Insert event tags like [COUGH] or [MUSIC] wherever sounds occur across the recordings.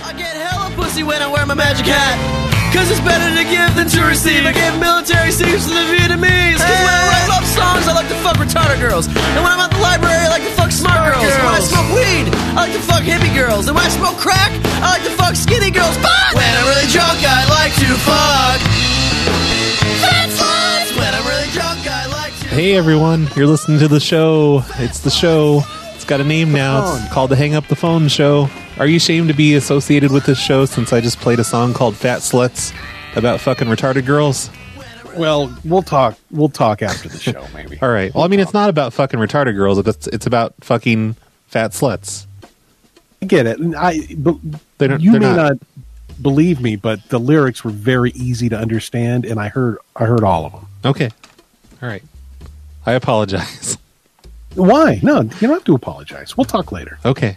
I get hella pussy when I wear my magic hat. Cause it's better to give than to receive. I give military secrets to the Vietnamese. Cause when I write love songs, I like to fuck retarded girls. And when I'm at the library, I like to fuck smart, girls. When I smoke weed, I like to fuck hippie girls. And when I smoke crack, I like to fuck skinny girls. But when I'm really drunk, I like to fuck. Fat sluts! When I'm really drunk, I like to Hey everyone, you're listening to the show. It's the show. It's got a name now. It's called the Hang Up the Phone Show. Are you ashamed to be associated with this show since I just played a song called Fat Sluts about fucking retarded girls? Well, we'll talk. We'll talk after the show, maybe. All right. Well, I mean, it's not about fucking retarded girls. It's it's about fucking fat sluts. I get it. And I but They don't- you they're may not- not. believe me, but the lyrics were very easy to understand, and I heard I heard all of them. Okay. All right. I apologize. [LAUGHS] Why? No, you don't have to apologize. We'll talk later. Okay.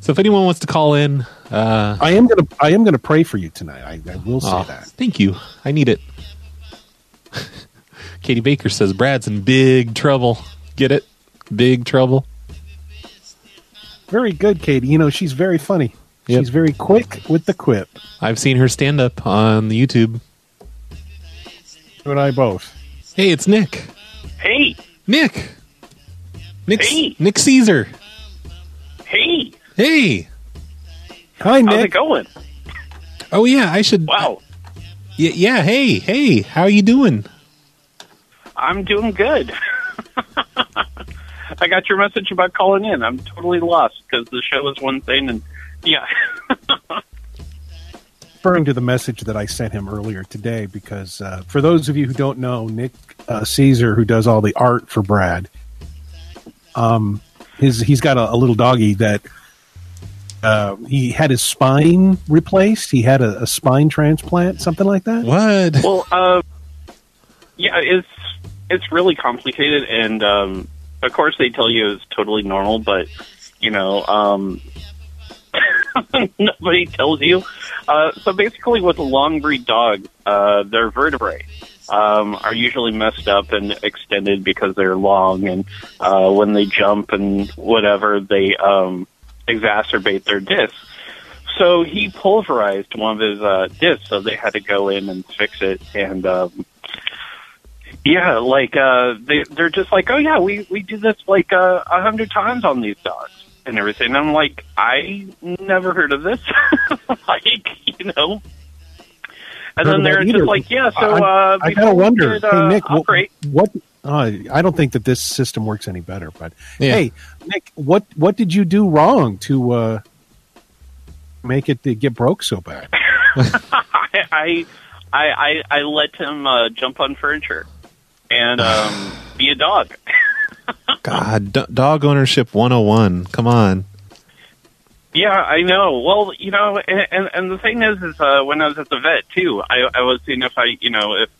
So if anyone wants to call in, uh, I am gonna I am gonna pray for you tonight. I, I will say aw, that. thank you. I need it. [LAUGHS] Katie Baker says Brad's in big trouble. Get it? Big trouble. Very good, Katie. You know she's very funny. Yep. She's very quick with the quip. I've seen her stand up on the YouTube. You and I both. Hey, it's Nick. Hey, Nick. Nick. Hey. Nick Caesar. hey, Hey. Hi, how's it Nick. going? Oh yeah, I should. Wow, Yeah, yeah. Hey, hey. How you doing? I'm doing good. [LAUGHS] I got your message about calling in. I'm totally lost because the show is one thing, and yeah, [LAUGHS] referring to the message that I sent him earlier today because uh, for those of you who don't know, Nick uh, Caesar, who does all the art for Brad, um, his he's got a, a little doggy that uh, he had his spine replaced. He had a, a spine transplant, something like that. What? well, uh, yeah, it's it's really complicated, and um, of course they tell you it's totally normal, but you know, um, [LAUGHS] nobody tells you. Uh, so basically, with a long breed dog, uh, their vertebrae um, are usually messed up and extended because they're long, and uh, when they jump and whatever, they um, exacerbate their discs. So he pulverized one of his uh, discs, so they had to go in and fix it. And um, yeah, like uh, they, they're just like, oh yeah, we we do this like uh, a hundred times on these dogs and everything. And I'm like, I never heard of this, [LAUGHS] like you know. Heard And then of that they're just either. like, yeah, so I- uh, I before gotta we wonder, did, uh, hey Nick, what? upgrade- what uh, I don't think that this system works any better. But Yeah. hey, Nick, what what did you do wrong to uh, make it to get broke so bad? [LAUGHS] I, I, I, I let him uh, jump on furniture and um, be a dog. God, do- dog ownership 101. Come on. Yeah, I know. Well, you know, and and, and the thing is, is uh, when I was at the vet too, I, I was seeing if I, you know, if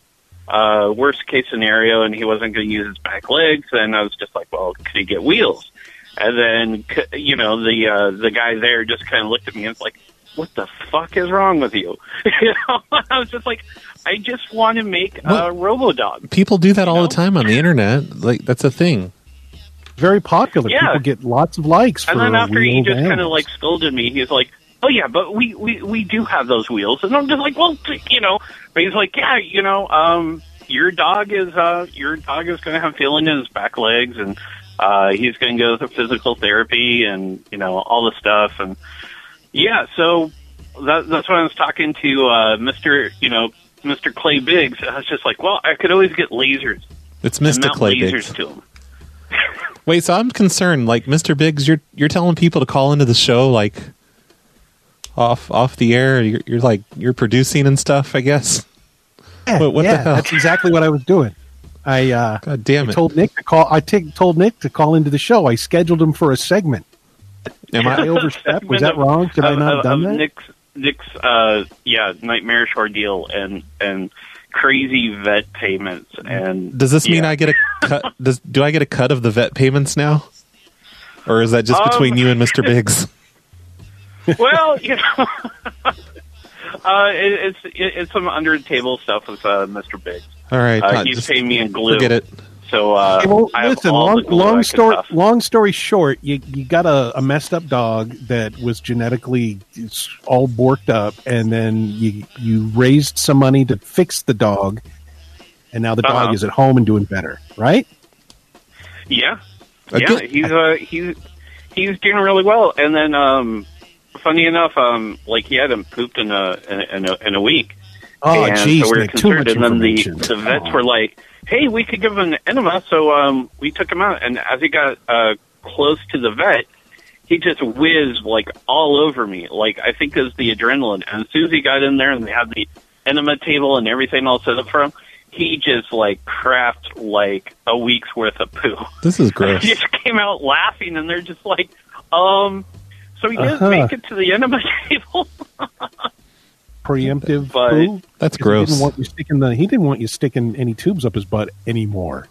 uh, worst case scenario, and he wasn't going to use his back legs, then I was just like, well, could he get wheels? And then, c- you know, the uh, the guy there just kind of looked at me and was like, "What the fuck is wrong with you?" [LAUGHS] you know? I was just like, "I just want to make a robo dog." People do that all know? the time on the internet. Like that's a thing. very popular. Yeah. People get lots of likes. And for then after he wheeled just kind of animals. like scolded me, he's like, "Oh yeah, but we we we do have those wheels." And I'm just like, "Well, t- you know," but he's like, "Yeah, you know, um, your dog is uh your dog is going to have feeling in his back legs, and uh, he's going to go through physical therapy, and you know all the stuff." And yeah, so that, that's when I was talking to uh, Mister, you know, Mister Clay Biggs. I was just like, "Well, I could always get lasers, It's and Mr. mount Clay lasers Biggs. to him." Wait, so I'm concerned. Like Mr. Biggs, you're you're telling people to call into the show like off off the air. You're, you're like you're producing and stuff. I guess. yeah, Wait, [LAUGHS] what the yeah, hell? That's exactly what I was doing. I uh, God damn it. told Nick to call. I t- told Nick to call into the show. I scheduled him for a segment. [LAUGHS] Am Did I I? overstep? Was Segment that of- wrong? Did I of- not of- have done of that? Nick's Nick's uh, yeah nightmarish ordeal and and crazy vet payments and Does this mean yeah. I get a cut? [LAUGHS] Does do I get a cut of the vet payments now, or is that just Um, between you and [LAUGHS] Mr. Biggs? well you know [LAUGHS] uh, it, it's it, it's some under the table stuff with uh, Mr. Biggs. All right, Uh, not- he's just paying me in glue. forget it. So uh, Okay, well, I have listen, all long, the glue I long could story huff. long story short, you, you got a, a messed up dog that was genetically s- all borked up, and then you you raised some money to fix the dog, and now the Uh-huh. dog is at home and doing better, right? Yeah, A yeah, good- he's uh, he's he's doing really well. And then, um, funny enough, um, like he hadn't pooped in a in a, in a, in a week. Oh, and jeez, so we were Nick, too much concerned. And then the information. the vets Come were on. like, "Hey, we could give him an enema." So um, we took him out, and as he got uh, close to the vet, he just whizzed like all over me. Like I think it was the adrenaline. And as soon as he got in there, and they had the enema table and everything all set up for him. He just like crapped like a week's worth of poo. This is They [LAUGHS] gross. just came out laughing, and they're just like, um. So he didn't Uh-huh. make it to the enema [LAUGHS] table. preemptive. But- poo? That's He didn't gross. want you sticking the. He didn't want you sticking any tubes up his butt anymore.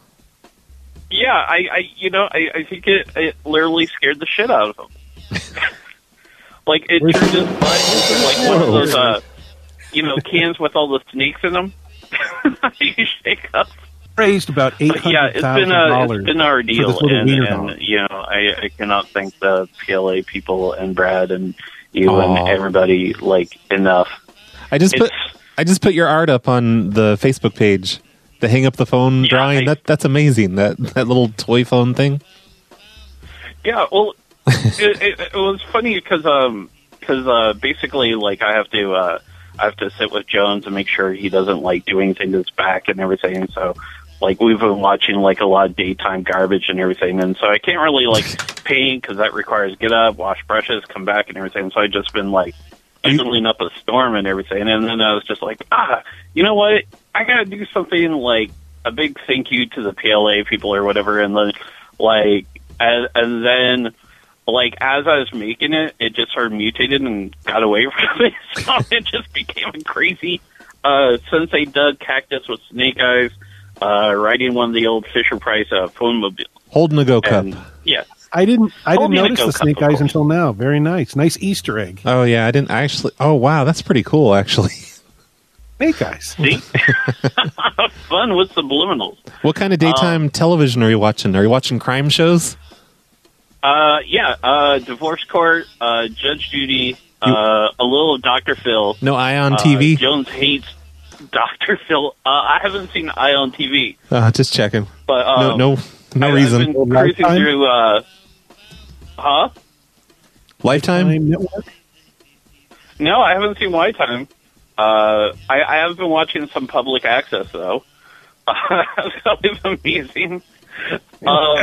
yeah, I, I, you know, I, I think it, it literally scared the shit out of him. [LAUGHS] like it Where's- turned his butt into like one of Whoa. those, uh, you know, cans with all the snakes in them. [LAUGHS] you shake up. Raised about eight But yeah, hundred it's thousand been a, dollars. it's been our deal, little and, wiener dog. and you know, I, I cannot thank the PLA people and Brad and you Aw. and everybody like enough. I just put It's- I just put your art up on the Facebook page. The hang up the phone Yeah, drawing. I- that that's amazing. That that little toy phone thing. Yeah, well, [LAUGHS] it, it, it was funny because uh, basically like I have to uh, I have to sit with Jones and make sure he doesn't like do anything to his back and everything. So like we've been watching like a lot of daytime garbage and everything, [LAUGHS] and so I can't really like paint because that requires get up, wash brushes, come back, and everything. So I just been like handling up a storm and everything, and then I was just like, ah, you know what? I gotta do something like a big thank you to the PLA people or whatever, and then like and, and then like as I was making it, it just sort of mutated and got away [LAUGHS] from it, so it just became a crazy uh, sensei Doug cactus with snake eyes, uh, riding one of the old Fisher Price uh, phone mobile, Holding a go cup. and yeah, I didn't. I didn't Told me to notice go the cup, snake of eyes course. until now. Very nice. Nice Easter egg. Oh yeah, I didn't actually. Oh wow, that's pretty cool actually. [LAUGHS] Snake eyes. see, fun with subliminals. What kind of Um, daytime television are you watching? Are you watching crime shows? Uh, yeah, uh, divorce court, uh, Judge Judy, uh, a little Doctor Phil. No Eye on Uh, TV. Jones hates Doctor Phil. Uh, I haven't seen Eye on TV, Uh, just checking. but um, no, no, no I- reason. I've been cruising Lifetime? through. Uh, huh? Lifetime. Time Network. No, I haven't seen White Time. Uh, I, I have been watching some public access though. [LAUGHS] that was amazing. Um,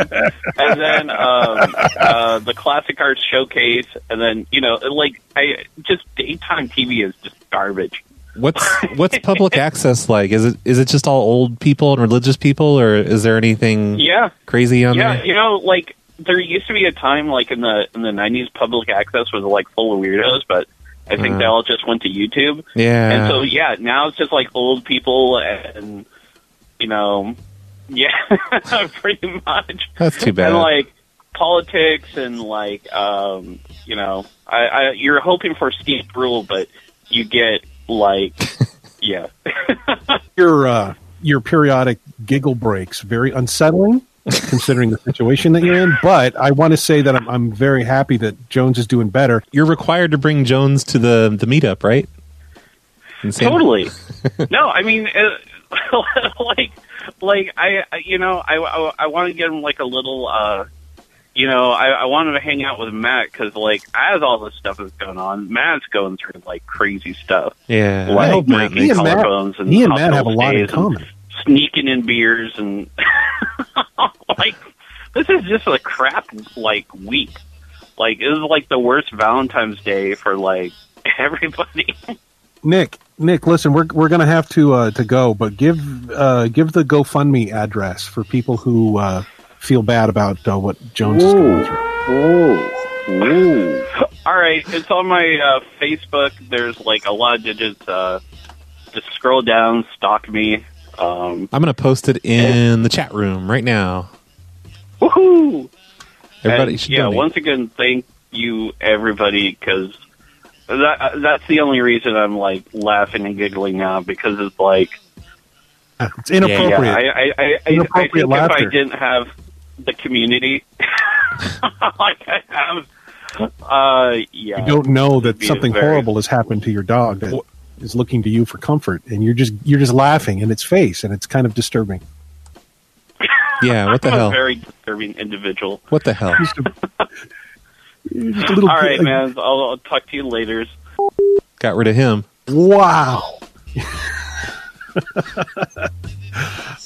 and then um, uh, the classic arts showcase, and then you know, like I just daytime TV is just garbage. [LAUGHS] What's what's public access like? Is it is it just all old people and religious people, or is there anything Yeah, crazy on yeah, there? you know, like there used to be a time like in the in the nineties, public access was like full of weirdos, but I think Uh. they all just went to YouTube. Yeah. and so yeah, now it's just like old people and you know, yeah, [LAUGHS] pretty much. that's too bad. And like politics and like um, you know, I, I you're hoping for steep rule, but you get [LAUGHS] like yeah, Your uh, your periodic giggle breaks. Very [LAUGHS] unsettling, considering the situation that you're in. But I want to say that I'm, I'm very happy that Jones is doing better. You're required to bring Jones to the the meetup, right? In San- totally. no, I mean, uh, [LAUGHS] like, like I, I- you know, I, I, I want to get him like a little, uh, you know, I, I wanted to hang out with Matt because, like, as all this stuff is going on, Matt's going through like crazy stuff, Yeah. I like hope Matt breaking makes- and Matt- collarbones and He and Matt hospital have a lot in stays and common. sneaking in beers and [LAUGHS] like this is just a crap like week. Like it was like the worst Valentine's Day for like [LAUGHS] everybody. Nick, Nick, listen, we're we're gonna have to uh, to go, but give uh, give the GoFundMe address for people who uh, feel bad about uh, what Jones is going through. All right, it's on my uh, Facebook. There's like a lot of digits. Uh, just scroll down, stalk me. Um, [LAUGHS] I'm gonna post it in the chat room right now. woohoo! Everybody And, should yeah, donate. once again, thank you everybody uh, because that that's the only reason I'm like laughing and giggling now because it's like it's inappropriate. Yeah, I, I, I, I, I Inappropriate think if I laughter. didn't have the community, [LAUGHS] like I have, uh, yeah, you don't know that Be something very- horrible has happened to your dog that is looking to you for comfort, and you're just you're just laughing in its face, and it's kind of disturbing. Yeah, what the [LAUGHS] I'm hell? a very disturbing individual. What the hell? Just a little All right, like, man. I'll, I'll talk to you later. Got rid of him. Wow.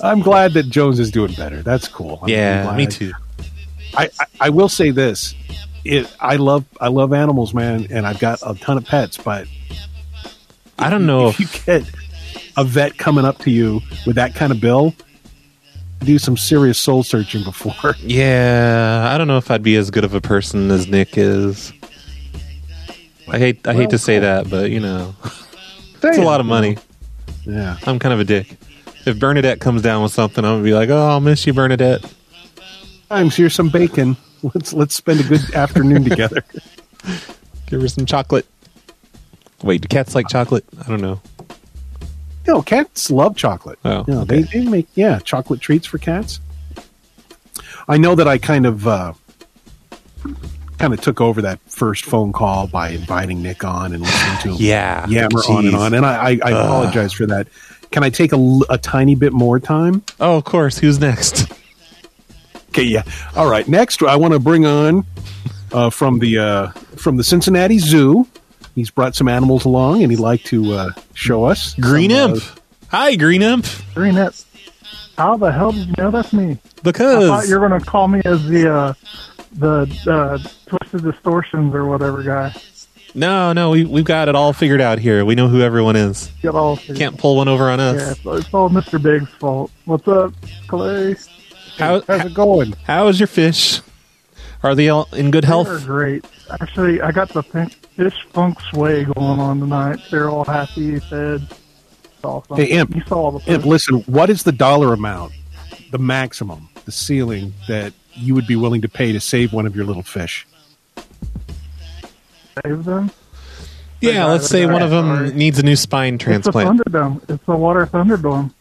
I'm glad that Jones is doing better. That's cool. I'm Yeah, glad. me too. I, I, I will say this: it, I love I love animals, man, and I've got a ton of pets. But I don't know if if you get a vet coming up to you with that kind of bill, do some serious soul searching before. [LAUGHS] Yeah, I don't know if I'd be as good of a person as Nick is. I hate I hate to say that, but you know, [LAUGHS] it's a lot of money. Yeah, I'm kind of a dick. If Bernadette comes down with something, I'm gonna be like, "Oh, I'll miss you, [LAUGHS] Bernadette." times here's some bacon. Let's let's spend a good [LAUGHS] afternoon together. Give her some chocolate. Wait, do cats like chocolate? I don't know. No, cats love chocolate. Oh, no, they, they make yeah chocolate treats for cats. I know that I kind of uh, kind of took over that first phone call by inviting Nick on and listening to him [SIGHS] Yeah, yammer on and Jeez. on, and I, I, I apologize for that. Can I take a, l- a tiny bit more time? Oh, of course. Who's next? Okay, yeah. All right. Next, I want to bring on uh, from the uh, from the Cincinnati Zoo. He's brought some animals along, and he'd like to uh, show us Green some, uh, Imp. Hi, Green Imp. Green Imp. How the hell did you know that's me? I thought Because you were going to call me as the uh, the uh, twisted distortions or whatever guy. no, no, we we've got it all figured out here. We know who everyone is. Get all figured- Can't pull one over on Yeah, us. it's, it's all Mr. Big's fault. What's up, Clay? How, Uh, how's it going? How's your fish? Are they all in good They're health? great. Actually, I got the fin- fish funk sway going on tonight. They're all happy, fed. It's awesome. Hey, Imp. You saw the Imp, listen. What is the dollar amount, the maximum, the ceiling that you would be willing to pay to save one of your little fish? save them. Yeah, let's say one of Sorry. them needs a new spine It's a transplant. Thunderdome. It's a water Thunderdome.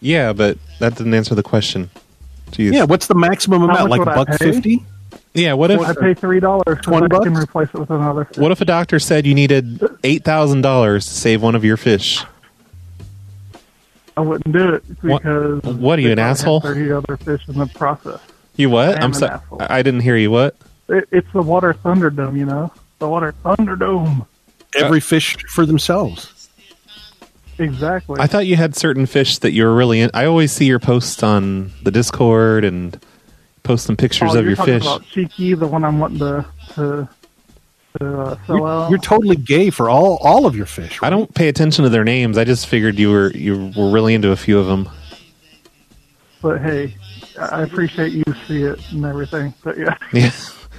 Yeah, but that didn't answer the question. Jeez. Yeah, what's the maximum amount? much Like a would I buck pay? fifty? Yeah, what if I pay three dollars. 20 I can bucks? replace it with another. fish. what if a doctor said you needed $8,000 to save one of your fish? I wouldn't do it What- because what are you, an they probably have asshole? Thirty other fish in the process. You I what? am I'm an sorry. asshole. I I didn't hear you. What? It, it's the water thunderdome, you know, the water thunderdome. Every fish for themselves. Exactly. Uh, I thought you had certain fish that you were really in. I always see your posts on the Discord and post some pictures oh, of you're your talking fish. About Cheeky, the one I'm wanting to to, to uh, sell You're, out. you're totally gay for all all of your fish. I don't pay attention to their names. I just figured you were you were really into a few of them. but hey, I I appreciate you see it and everything. But yeah, [LAUGHS] Yeah.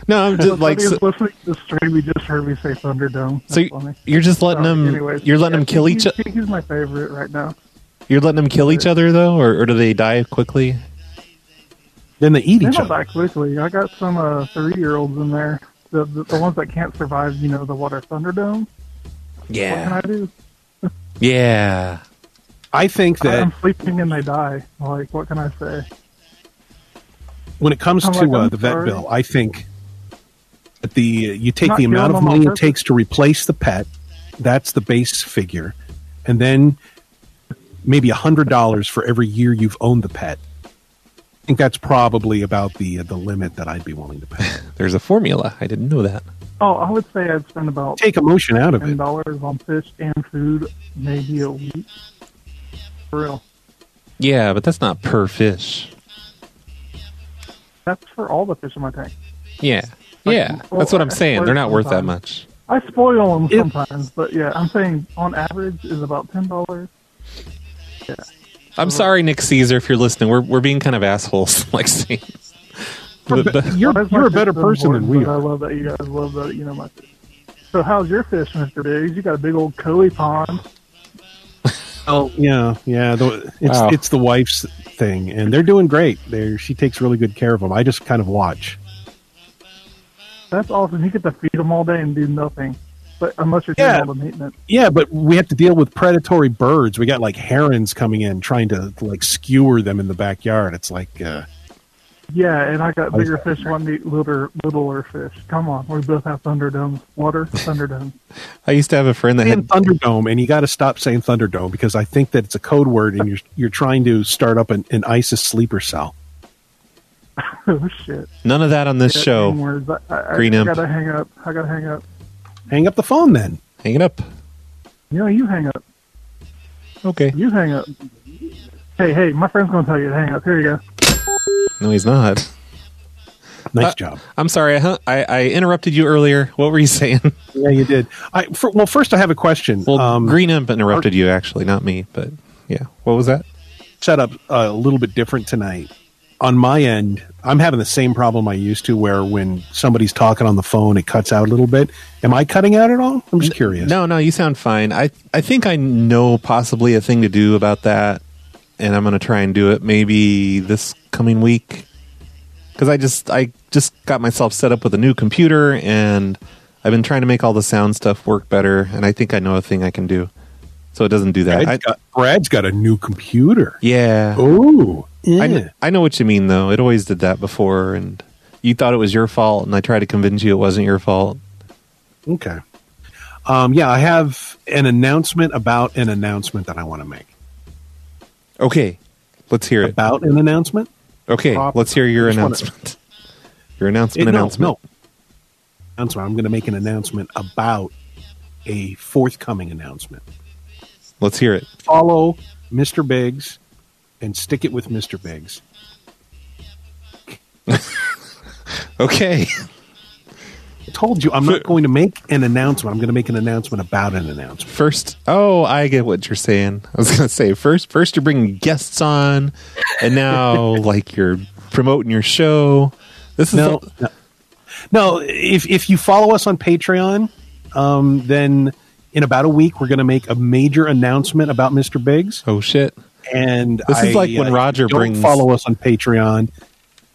No, I'm just like Somebody so, was listening to the stream, we just heard me say thunderdome. That's so funny. you're just letting Sorry, them anyways, you're letting them yeah, kill each Cheeky- other. Cheeky's my favorite right now. You're letting them kill each other though, or, or do they die quickly? Then they eat They each don't other. die quickly. I got some uh, three-year-olds in there. The, the the ones that can't survive, you know, the water thunderdome. What can Yeah, I do? yeah. I think that I'm sleeping and they die. Like, what can I say? when it comes I'm to like, uh, I'm the vet sorry. bill, I think that the uh, you take Not the amount of killing them on money it purpose. takes to replace the pet. That's the base figure, and then maybe a hundred dollars for every year you've owned the pet. I think that's probably about the uh, the limit that I'd be willing to pay. [LAUGHS] There's a formula. I didn't know that. Oh, I would say I'd spend about take emotion out of ten it. dollars on fish and food, maybe a week. For real, Yeah, but that's not per fish. that's for all the fish in my tank. Yeah, yeah. well, That's what I'm I- saying. well, They're not worth that sometimes. much. I spoil them If- sometimes, but yeah, I'm saying on average is about ten dollars. I'm Mm-hmm. sorry, Nick Caesar, if you're listening. We're we're being kind of assholes, [LAUGHS] like saying. But- but- You're, you're a better person than we I are. love that you guys love that. You know my. Fish. So how's your fish, Mister Biggs? You got a big old coey pond. Oh yeah, yeah. The, it's Wow. it's the wife's thing, and they're doing great. They she takes really good care of them. I just kind of watch. That's awesome. You get to feed them all day and do nothing. but unless you're doing Yeah. all the maintenance. Yeah, but we have to deal with predatory birds. We got like herons coming in trying to like skewer them in the backyard. It's like uh, Yeah, and I got Oh, bigger yeah. fish, one to eat littler, littler fish. Come on, we both have Thunderdome [LAUGHS] water, Thunderdome. I used to have a friend that saying had Thunderdome, and you got to stop saying Thunderdome because I think that it's a code word, and you're you're trying to start up an, an ISIS sleeper cell. [LAUGHS] oh shit! none of that on this Yeah, show. same words. I, I, Green I imp. gotta hang up. I gotta hang up. Hang up the phone, then. Hang it up. [LAUGHS] Yeah, you hang up. Okay. You hang up. Hey, hey, my friend's gonna tell you to hang up. Here you go. No, he's not. Nice Uh, job. I'm sorry. I, hu- I, I interrupted you earlier. What were you saying? Yeah, you did. I for, well, first I have a question. Well, um, Green Imp interrupted you, actually, not me. But yeah, what was that? set up a little bit different tonight. On my end, I'm having the same problem I used to, where when somebody's talking on the phone, it cuts out a little bit. Am I cutting out at all? I'm just curious. No, no, you sound fine. I I think I know possibly a thing to do about that, and I'm going to try and do it maybe this coming week. Because I just I just got myself set up with a new computer, and I've been trying to make all the sound stuff work better. And I think I know a thing I can do, so it doesn't do that. Brad's I, got, Brad's got a new computer. yeah, Oh, I, kn- I know what you mean though. It always did that before, and you thought it was your fault, and I tried to convince you it wasn't your fault. Okay. Um, yeah, I have an announcement about an announcement that I want to make. Okay, let's hear it. About an announcement? Okay, Top- let's hear your Which one? announcement. Your announcement. Eh, no, announcement. No. Announcement. I'm going to make an announcement about a forthcoming announcement. Let's hear it. Follow Mr. Biggs and stick it with Mr. Biggs. [LAUGHS] Okay. I told you I'm not going to make an announcement. I'm going to make an announcement about an announcement. First, oh, I get what you're saying. I was gonna say first, first you're bringing guests on, and [LAUGHS] now like you're promoting your show. This is No, no. No, if if you follow us on Patreon, um, then in about a week we're going to make a major announcement about Mr. Biggs. oh shit. And This is I, like when uh, Roger don't brings- follow us on Patreon. Uh,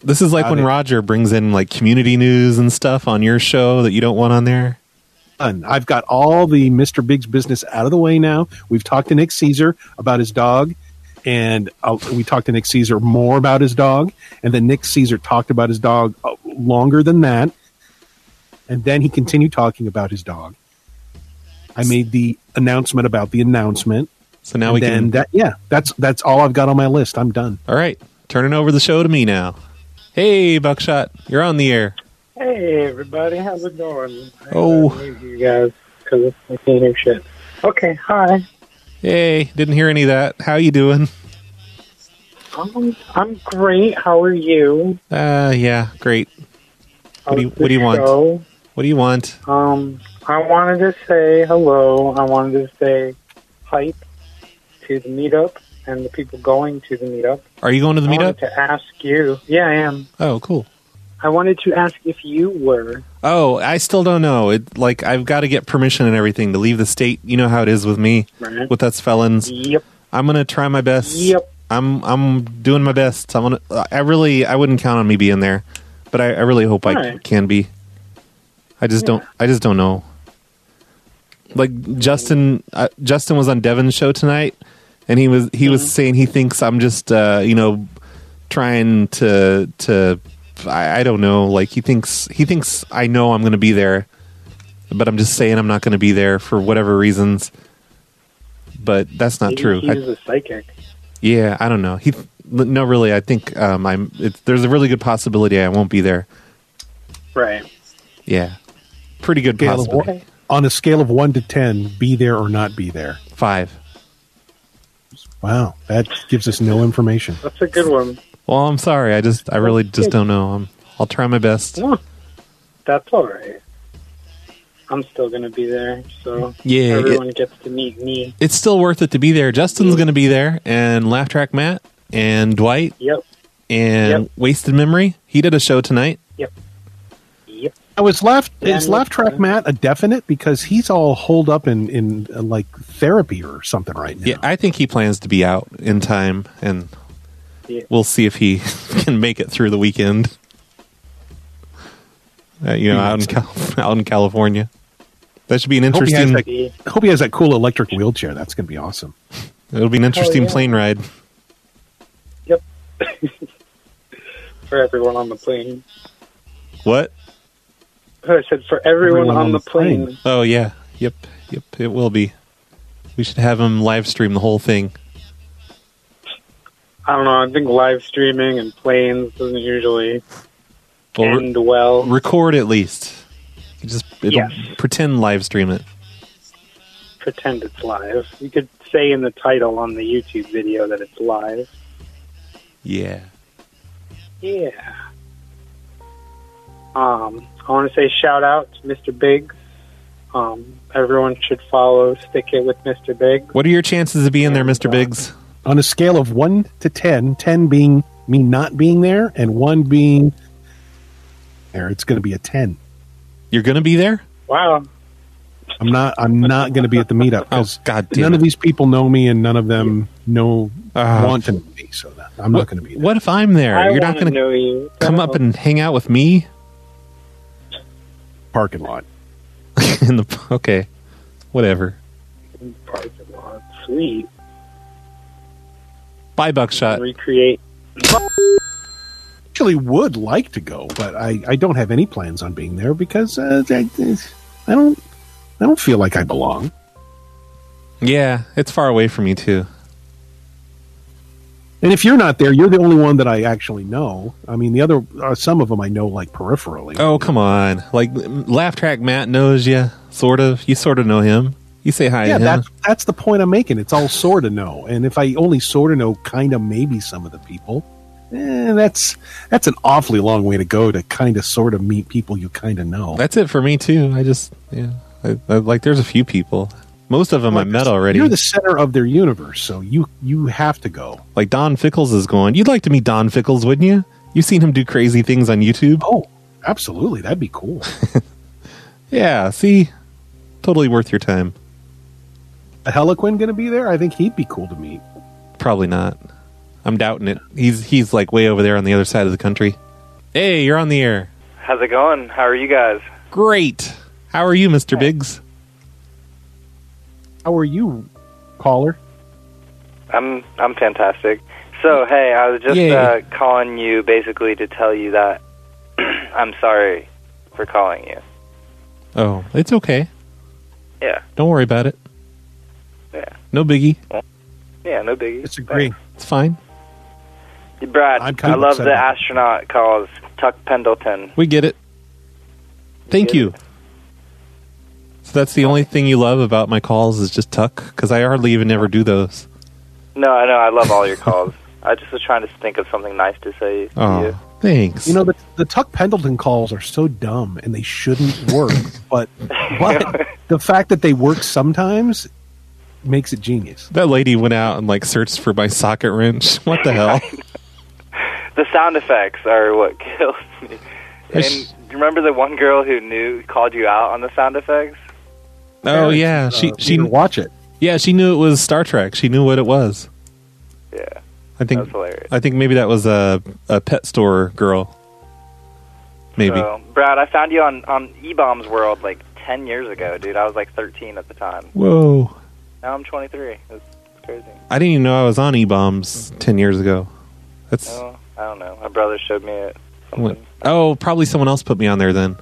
This is like Got when it. Roger brings in like community news and stuff on your show that you don't want on there. Done. I've got all the Mr. Biggs business out of the way now. We've talked to Nick Caesar about his dog, and uh, we talked to Nick Caesar more about his dog, and then Nick Caesar talked about his dog uh, longer than that, and then he continued talking about his dog. I made the announcement about the announcement, So now and we then can. that yeah, that's that's all I've got on my list. I'm done. all right, turning over the show to me now. Hey, Buckshot, you're on the air. Hey everybody, how's it going? I Oh. gotta mute you guys because I can't hear shit. Okay, hi. Hey, didn't hear any of that. How you doing? I'm I'm great. How are you? Uh, yeah, great. What do you- How's what do you the want? show? What do you want? Um, I wanted to say hello. I wanted to say hype to the meetup and the people going to the meetup. Are you going to the I wanted meetup? to ask you. Yeah, I am. Oh, cool. I wanted to ask if you were. Oh, I still don't know. It like I've got to get permission and everything to leave the state. You know how it is with me, Right. with us felons. Yep. I'm gonna try my best. Yep. I'm I'm doing my best. I'm gonna. I really I wouldn't count on me being there, but I, I really hope I Alright. can be. I just don't. I just don't know. Like Justin, uh, Justin was on Devin's show tonight, and he was he Mm-hmm. was saying he thinks I'm just uh, you know trying to to I, I don't know like he thinks he thinks I know I'm going to be there, but I'm just saying I'm not going to be there for whatever reasons. But that's not Maybe true. He I- was a psychic. yeah, I don't know. He no, really. I think um, I'm. It's, there's a really good possibility I won't be there. Right. Yeah, pretty good Scale of possibility. one- on a scale of one to ten, be there or not be there. Five. Wow, that gives us no information. That's a good one. Well, I'm sorry. I just, I really just don't know. I'm, I'll try my best. No, that's all right. I'm still gonna be there, so Yeah, everyone gets to meet me. It's still worth it to be there. Justin's going to be there, and Laugh Track Matt, and Dwight, Yep, and Yep. Wasted Memory. He did a show tonight. yep. Now is left Yeah, is I'm left with you. track Matt a definite because he's all holed up in in uh, like therapy or something right now. Yeah, I think he plans to be out in time, and Yeah. we'll see if he [LAUGHS] can make it through the weekend. Uh, you know, out in, Cal- out in California. That should be an Hope he, has interesting. that, hope he has that cool electric wheelchair. That's going to be awesome. It'll be an interesting yeah. plane ride. for everyone on the plane. [LAUGHS] What? I said for everyone, on, the plane. Oh yeah. Yep. Yep. It will be. We should have him live stream the whole thing. I don't know. I think live streaming and planes doesn't usually Well, re- end well. record at least. You just it'll Yes. pretend live stream it. Pretend it's live. You could say in the title on the YouTube video that it's live. Yeah. Yeah. Um, I want to say shout out to Mr. Biggs. Um, everyone should follow Stick It with Mr. Biggs. What are your chances of being there, Mr. Biggs? On a scale of one to 10, 10 being me not being there, and one being there, it's going to be a ten. You're gonna be there? Wow. I'm not. I'm not going to be at the meetup Oh because god damn none it. of these people know me, and none of them know Ah. want to know me. So that, I'm not going to be there. What if I'm there? I You're not wanna gonna know you. come up and hang out with me Parking lot. [LAUGHS] in the okay. Whatever. parking lot. Sweet. Bye buckshot. Recreate. Actually, would like to go, but I, I don't have any plans on being there because uh, I, I don't I don't feel like I belong. Yeah, it's far away from me too. And if you're not there, you're the only one that I actually know. I mean, the other uh, some of them I know like peripherally. Oh come on. Like laugh track Matt knows you, sort of. You sort of know him. You say hi yeah, to him. that's that's the point I'm making. It's all sort of know, and if I only sort of know, kind of maybe some of the people, eh, that's that's an awfully long way to go to kind of sort of meet people you kind of know. That's it for me too. I just yeah, I, I, like there's a few people. Most of them I met already. You're the center of their universe, so you you have to go. like Don Fickles is going. You'd like to meet Don Fickles, wouldn't you? You've seen him do crazy things on YouTube. Oh, absolutely, that'd be [LAUGHS] cool. Yeah, see, totally worth your time. A Heliquin going to be there? I think he'd be cool to meet. Probably not. I'm doubting it. He's he's like way over there on the other side of the country. Hey, you're on the air. How's it going? How are you guys? Great. How are you, Mister Biggs? How are you, caller? I'm I'm fantastic. So hey, I was just Yay. uh, calling you basically to tell you that [CLEARS THROAT] I'm sorry for calling you. Oh, it's okay. Yeah. Don't worry about it. Yeah. No biggie. Yeah, no biggie. Disagree. It's fine. Thanks. Brad, I'm I kind of love upset the about astronaut calls Tuck Pendleton. We get it. Thank get you. So that's the only thing you love about my calls is just tuck because I hardly even ever do those. No, I know. I love all your calls. I just was trying to think of something nice to say to Oh, you. thanks. You know the the Tuck Pendleton calls are so dumb and they shouldn't [LAUGHS] work, but but the fact that they work sometimes makes it genius. that lady went out and like searched for my socket wrench. [LAUGHS] What the hell? The sound effects are what [LAUGHS] kills me. I And sh- do you remember the one girl who knew called you out on the sound effects? oh yeah, she Uh, she you can watch it. yeah she knew it was Star Trek. She knew what it was. Yeah, I that's think hilarious. I think maybe that was a a pet store girl. Maybe. So, Brad, I found you on on E Bombs World like ten years ago, dude. I was like thirteen at the time. Whoa! Now I'm 23. It's crazy. I didn't even know I was on E bombs ten years ago. That's Oh, I don't know. My brother showed me it. what- Something. oh probably someone else put me on there then.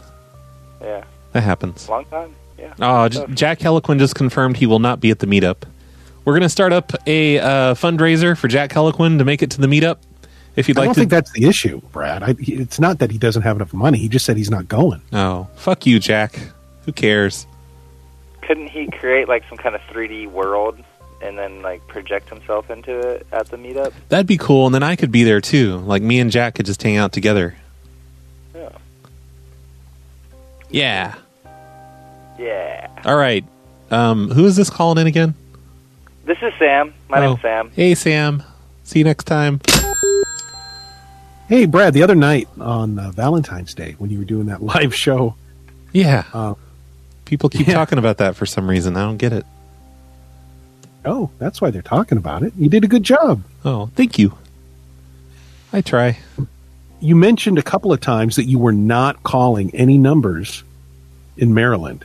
Yeah, That happens. long time. Yeah. Oh, j- Jack Heliquin just confirmed he will not be at the meetup. We're going to start up a uh, fundraiser for Jack Heliquin to make it to the meetup. If you'd I like don't to, think that's the issue, Brad. I, it's not that he doesn't have enough money. He just said he's not going. oh, fuck you, Jack. Who cares? Couldn't he create like some kind of 3D world and then like project himself into it at the meetup? That'd be cool, and then I could be there too. Like me and Jack could just hang out together. Yeah. Yeah. Yeah. All right. Um, who is this calling in again? This is Sam. My Oh. name's Sam. Hey, Sam. See you next time. Hey, Brad, the other night on uh, Valentine's Day when you were doing that [LAUGHS] live show, Yeah. Oh. People keep Yeah. talking about that for some reason. I don't get it. oh, that's why they're talking about it. You did a good job. Oh, thank you. I try. You mentioned a couple of times that you were not calling any numbers in Maryland.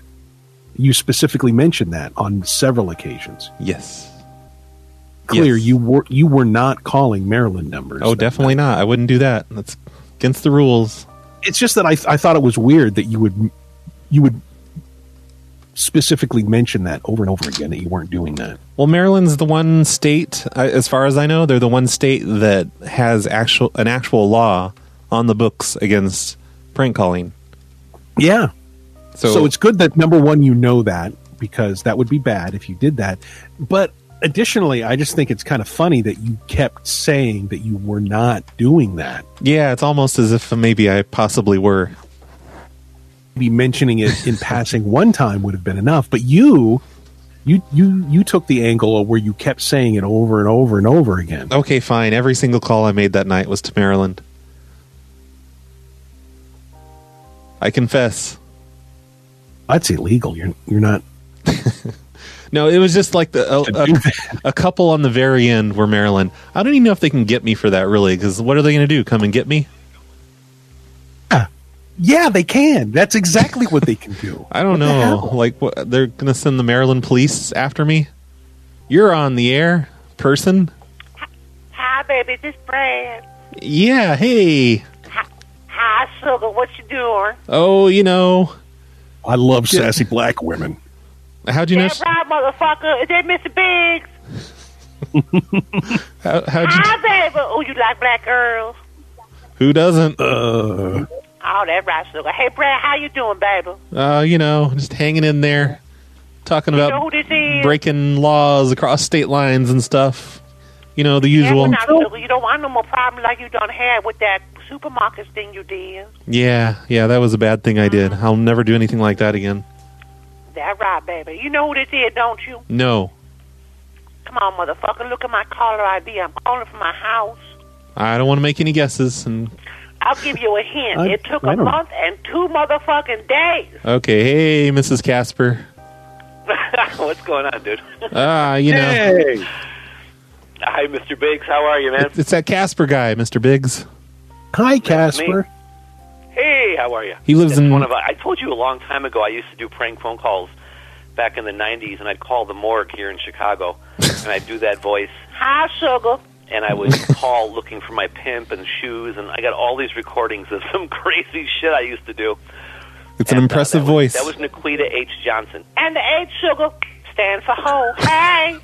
you specifically mentioned that on several occasions. Yes. Clear, Yes. you were you were not calling Maryland numbers. Oh, definitely not. I wouldn't do that. That's against the rules. It's just that I I thought it was weird that you would you would specifically mention that over and over again that you weren't doing that. Well, Maryland's the one state, I- as far as I know, they're the one state that has actual an actual law on the books against prank calling. Yeah. So, so it's good that number one you know that because that would be bad if you did that but additionally i just think it's kind of funny that you kept saying that you were not doing that yeah, it's almost as if maybe I possibly were. maybe mentioning it [LAUGHS] in passing one time would have been enough but you you you you took the angle where you kept saying it over and over and over again Okay, fine. Every single call I made that night was to Maryland. I confess. that's illegal you're you're not No, it was just like the To a, do a, a couple on the very end were Maryland. I don't even know if they can get me for that, really, because what are they going to do? Come and get me? yeah they can that's exactly what they can do [LAUGHS] I What don't the know. hell? like, what, they're going to send the Maryland police after me? You're on the air, person. Hi, baby. This Brad. Yeah. Hey. Hi, sugar. What you doing? Oh, you know. i love sassy black women How'd you know? That right, motherfucker. Is that Mr. Biggs? How, how'd you? Hi, baby. Oh, you like black girls? Who doesn't? uh Oh, that right, sugar. Hey, Brad, how you doing, baby? Uh, you know, just hanging in there, talking You know who about this is? breaking laws across state lines and stuff. You know, the usual. Yeah, well, now, sugar, you don't want no more problem like you done had with that supermarket thing you did. Yeah, yeah, that was a bad thing I did. I'll never do anything like that again. That right, baby. You know who this is, don't you? No, Come on, motherfucker. Look at my caller ID. I'm calling from my house. I don't want to make any guesses. And I'll give you a hint. I- it took I a don't- month and two motherfucking days. okay, hey, Mrs. Casper. What's going on, dude? Ah, you know, Hi, Mr. Biggs. How are you, man? it's, it's that Casper guy, Mister Biggs. hi casper Hey, how are you? He lives It's in- one of. I told you a long time ago. I used to do prank phone calls back in the '90s, and I'd call the morgue here in Chicago, and I'd do that voice, Hi, sugar. and [LAUGHS] I would call looking for my pimp and shoes, and I got all these recordings of some [LAUGHS] crazy shit I used to do. It's an And, uh, impressive that was- voice. that was Nikita H. Johnson. And the H sugar stands for home. Hey,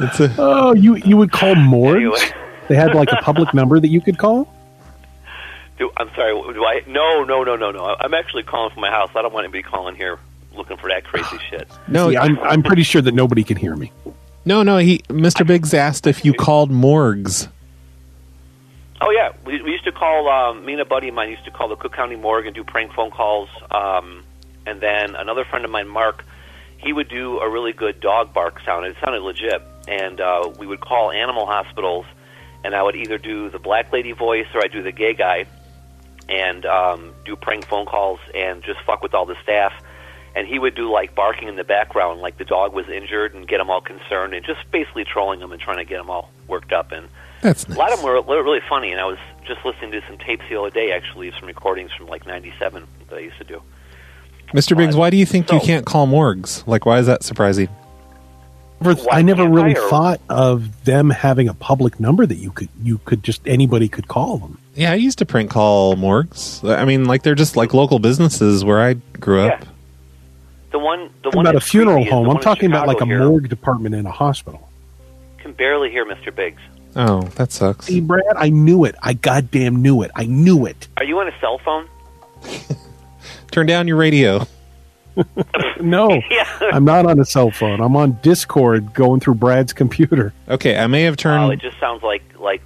It's a, oh you you would call morgues Anyway. they had like a public number that you could call Do, I'm sorry. what- Do I? No, no, no, no, no. I- I'm actually calling from my house. I don't want anybody calling here looking for that crazy shit. no, Yeah, I'm, I'm pretty sure that nobody can hear me. no, no. He, Mister Biggs, asked if you called morgues. Oh yeah, we, we used to call. Um, me and a buddy of mine used to call the Cook County Morgue and do prank phone calls. Um, and then another friend of mine, Mark, he would do a really good dog bark sound. It sounded legit. And uh, we would call animal hospitals, and I would either do the black lady voice or I would do the gay guy, and um, do prank phone calls and just fuck with all the staff. And he would do like barking in the background, like the dog was injured, and get them all concerned, and just basically trolling them and trying to get them all worked up. And That's a lot nice. of them were were really funny, and I was just listening to some tapes the other day, actually, some recordings from like '97 that I used to do. Mister Biggs, why do you think you So- can't call morgues? Like, why is that surprising? Never- Why I never can't really I, or- thought of them having a public number that you could you could just anybody could call them. Yeah, I used to prank call morgues. I mean, like they're just like local businesses where I grew up. Yeah. The one, the I'm one about a that's funeral creepy is the home. one I'm in talking about Chicago like a here. morgue department in a hospital. Can barely hear Mr. Biggs. Oh, that sucks. See, Brad, I knew it. I goddamn knew it. I knew it. Are you on a cell phone? Turn down your radio. [LAUGHS] No, [LAUGHS] Yeah. I'm not on a cell phone. I'm on Discord, going through Brad's computer. Okay, I may have Oh, turned. it just sounds like like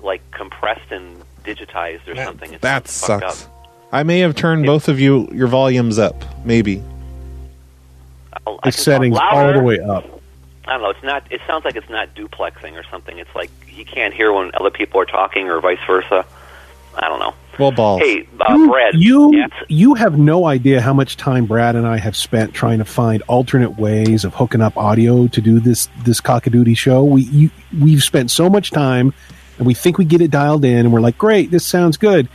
like compressed and digitized or something. It that sounds fucked sucks. I may have turned both of you your volumes up. Maybe. Up. I'll- I The can talk settings all the louder. way up. I don't know. It's not. It sounds like it's not duplexing or something. It's like he can't hear when other people are talking or vice versa. I don't know. Well, balls. Hey, uh, you, Brad. you, yes? you have no idea how much time Brad and I have spent trying to find alternate ways of hooking up audio to do this this cockadoodie show. We you, we've spent so much time, and we think we get it dialed in, and we're like, great, this sounds good.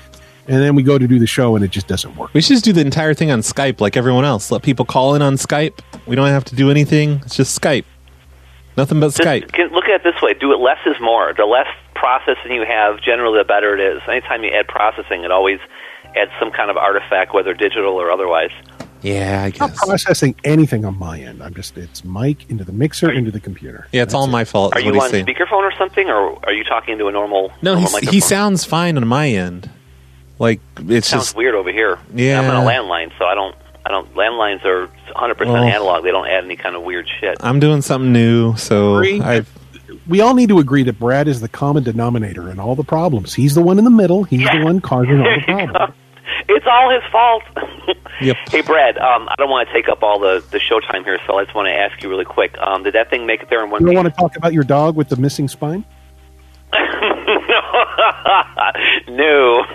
and then we go to do the show, and it just doesn't work. We should just do the entire thing on Skype like everyone else. Let people call in on Skype. We don't have to do anything. It's just Skype. Nothing but Skype. Just can- look at it this way: do it less is more. The less processing you have, generally, the better it is. Anytime you add processing, it always adds some kind of artifact, whether digital or otherwise. Yeah, I I'm not processing anything on my end. I'm just it's mic into the mixer into the computer. Yeah, it's all my fault. Are is what you he's on saying. speakerphone or something, or are you talking to a normal? No, normal he's, microphone? he sounds fine on my end. Like it's sounds just weird over here. Yeah. I'm on a landline, so I don't. I don't. Landlines are 100 Well- percent analog. They don't add any kind of weird [LAUGHS] shit. I'm doing something new, so Agree. I We all need to agree that Brad is the common denominator in all the problems. He's the one in the middle. He's the one causing [LAUGHS] all the problems. It's all his fault. Yep. [LAUGHS] Hey, Brad. Um, I don't want to take up all the the show time here, so I just want to ask you really quick. Um, did that thing make it there in one? You don't piece? want to talk about your dog with the missing spine? [LAUGHS] no,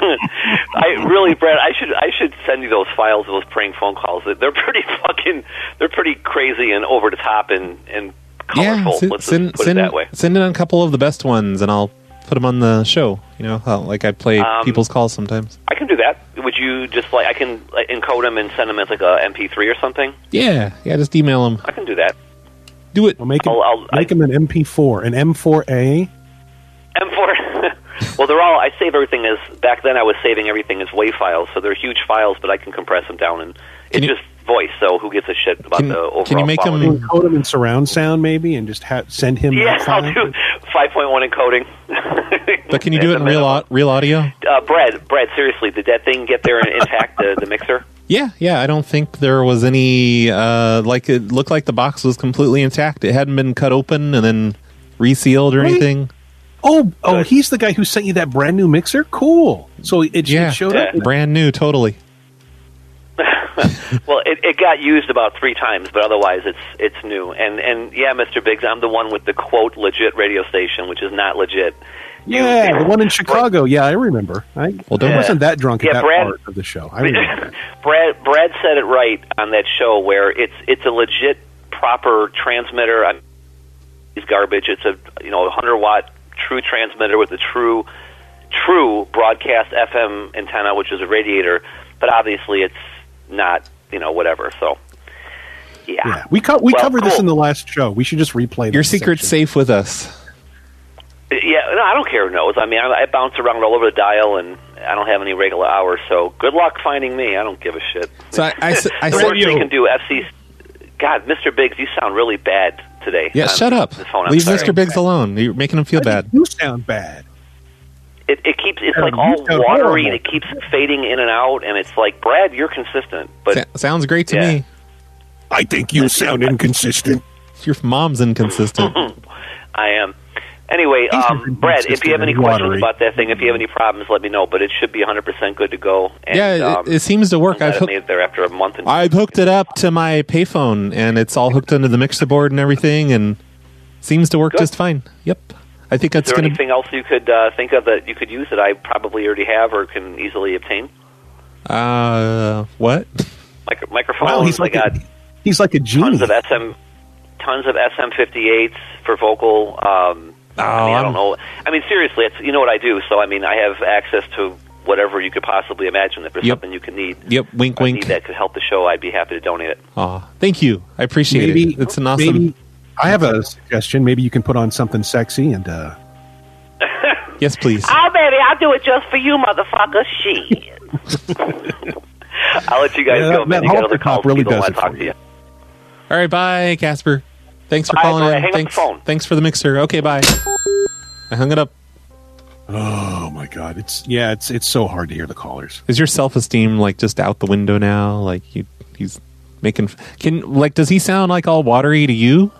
I really, Brad. I should I should send you those files of those prank phone calls. They're- They're pretty [LAUGHS] fucking. They're pretty crazy and over the top and and colorful. yeah. Send Let's send, just put send, it that way. send in a couple of the best ones, and I'll put them on the show. You know, how, like I play Um, people's calls sometimes. I can do that. Would you just like I can like, encode them and send them as like a MP3 or something? Yeah, yeah. Just email them. I can do that. Do it. Well, make him, I'll, I'll I, make him an MP4, an M4A. M4. [LAUGHS] well, they're all. I save everything as back then. I was saving everything as WAV files, so they're huge files, but I can compress them down and Can it's you- just voice. So who gives a shit about Can- the can you overall? make 'em- quality? Mm. Encode him in surround sound, maybe, and just ha- send him [LAUGHS] Yeah, that I'll file. do 5.1 encoding. But can you do it in real au- real audio? Uh, Brad, Brad, seriously, did that thing get there and intact the, the mixer? [LAUGHS] Yeah, yeah. I don't think there was any uh like it looked like the box was completely intact. It hadn't been cut open and then resealed or Really? anything. Oh, oh, he's the guy who sent you that brand new mixer. Cool. So it, it Yeah. showed up. Brand new, totally. Well, it, it got used about three times, but otherwise, it's it's new. And and yeah, Mr. Biggs, I'm the one with the quote legit radio station, which is not legit. Yeah, the one in Chicago. Yeah, I remember. I, Well, don't- I wasn't that drunk Yeah, at that Brad- part of the show. [LAUGHS] I remember. Brad Brad said it right on that show where it's it's a legit proper transmitter. I it's garbage. It's a you know a hundred watt true transmitter with a true true broadcast FM antenna, which is a radiator. But obviously, it's not you know whatever. So yeah, yeah, we co- we Well, covered this cool. in the last show. We should just replay that Your secret's section. safe with us. yeah. No, I don't care who knows. I mean, I, I bounce around all over the dial, and I don't have any regular hours. So good luck finding me. I don't give a shit. So I, [LAUGHS] I, s- I the sent worst they you. can do FC. God, Mr. Biggs, you sound really bad today. Yeah, on shut up. this phone. I'm Leave sorry. Mr. Biggs alone. You're making him feel I bad. think You sound bad. It, it keeps. It's Yeah, like you all sound watery, and horrible. it keeps fading in and out. And it's like, Brad, you're consistent, but Sa- sounds great to Yeah. me. I think you sound inconsistent. Your mom's inconsistent. [LAUGHS] I am. Anyway, These are um, Brad, if you have inconsistent any and questions watery. about that thing, if you have any problems, let me know. But it should be 100% good to go. And, yeah, it, um, it seems to I'm work. glad I've I hooked, made it there after a month. And I've hooked it up to my payphone, and it's all hooked into the mixer board and everything, and seems to work Good. just fine. Yep. I think that's is there going to. anything else you could uh, think of that you could use that I probably already have or can easily obtain? Uh, what? Micro- microphones. Wow, he's I like got a, he's like a genie. tons of SM, tons of SM58s for vocal. Um, Oh, I mean, I I'm- don't know. I mean, seriously, it's you know what I do. So I mean, I have access to whatever you could possibly imagine. If there's Yep. something you can need, Yep. Wink, or need wink. that could help the show, I'd be happy to donate it. Aw, thank you. I appreciate Maybe it. It's an awesome. Maybe, I have a suggestion. Maybe you can put on something sexy and uh, Yes, please. Oh, baby, I'll do it just for you, motherfucker. Shit. [LAUGHS] I'll let you guys Yeah, go. that- man, that you got other Hulk calls. really People does want it to talk for to you. you. All right, bye, Casper. Thanks for Bye, calling Brad. in. Hang up the Thanks, phone. thanks for the mixer. Okay, bye. I hung it up. oh my god, it's yeah, it's it's so hard to hear the callers. Is your self esteem like just out the window now? Like you, he's making can like does he sound like all watery to you?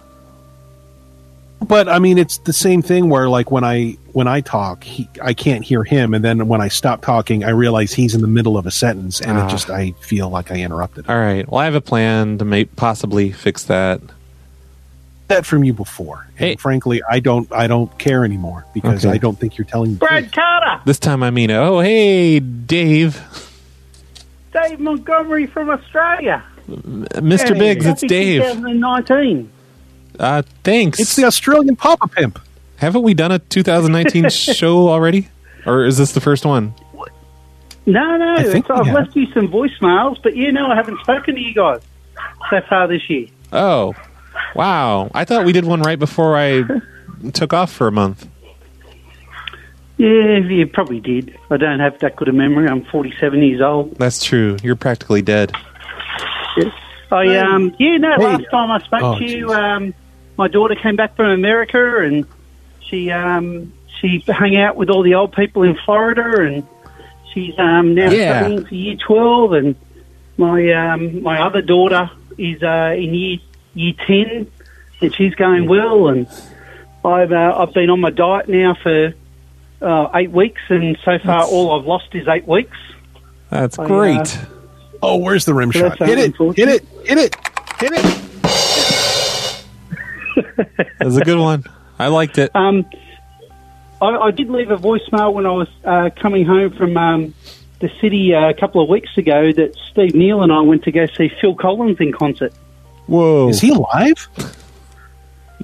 But I mean, it's the same thing where like when I when I talk, he, I can't hear him, and then when I stop talking, I realize he's in the middle of a sentence, and Ah. it just I feel like I interrupted. him. All right. Well, I have a plan to make possibly fix that. that from you before, and Hey. frankly, I don't I don't care anymore because Okay. I don't think you're telling. the Brad truth. Carter, This time I mean, it. oh hey, Dave, Dave Montgomery from Australia. Mr. Biggs, it's Happy Dave. 2019. Uh, thanks. It's the Australian Papa Pimp. [LAUGHS] Haven't we done a 2019 show already, or is this the first one? No, no. I think it's- we I've have. left you some voicemails, but you know I haven't spoken to you guys so far this year. Oh, wow! I thought we did one right before I took off for a month. Yeah, you probably did. I don't have that good a memory. I'm 47 years old. That's true. You're practically dead. I um yeah no Hey. last time I spoke Oh, to you um my daughter came back from America and she um she hung out with all the old people in Florida and she's um now Yeah. studying for year 12 and my um my other daughter is uh in year year 10 and she's going well and I've uh, I've been on my diet now for uh, eight weeks and so far all I've lost is eight weeks That's I, uh, great. Oh, where's the rim So shot? that's uh, Hit it! Hit it! Hit it! Hit it! That's a good one. I liked it. Um, I, I did leave a voicemail when I was uh, coming home from um, the city uh, a couple of weeks ago that Steve Neal and I went to go see Phil Collins in concert. Whoa! Is he alive?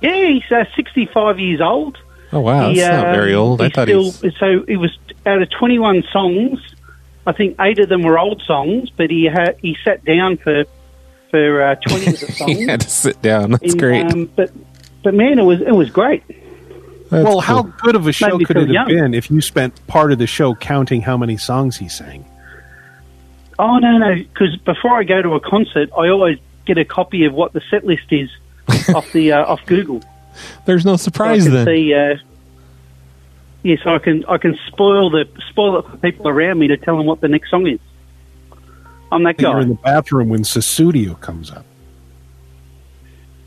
Yeah, he's uh, 65 years old. Oh wow, that's He, not um, very old. I he's thought he still, [LAUGHS] was. so. It was out of 21 songs. I think eight of them were old songs, but he had he sat down for for uh, [LAUGHS] 20 of the songs. He had to sit down. That's And, great. um, but but man, it was it was great. well, how good of a show Made me could feel it have young. been if you spent part of the show counting how many songs he sang? Oh no, no! Because before I go to a concert, I always get a copy of what the set [LAUGHS] list is off the uh, off Google. There's no surprise so I can then. See, uh, yeah, so I can I can spoil the spoil it for people around me to tell them what the next song is. I'm that You're guy. in the bathroom when Susudio comes up.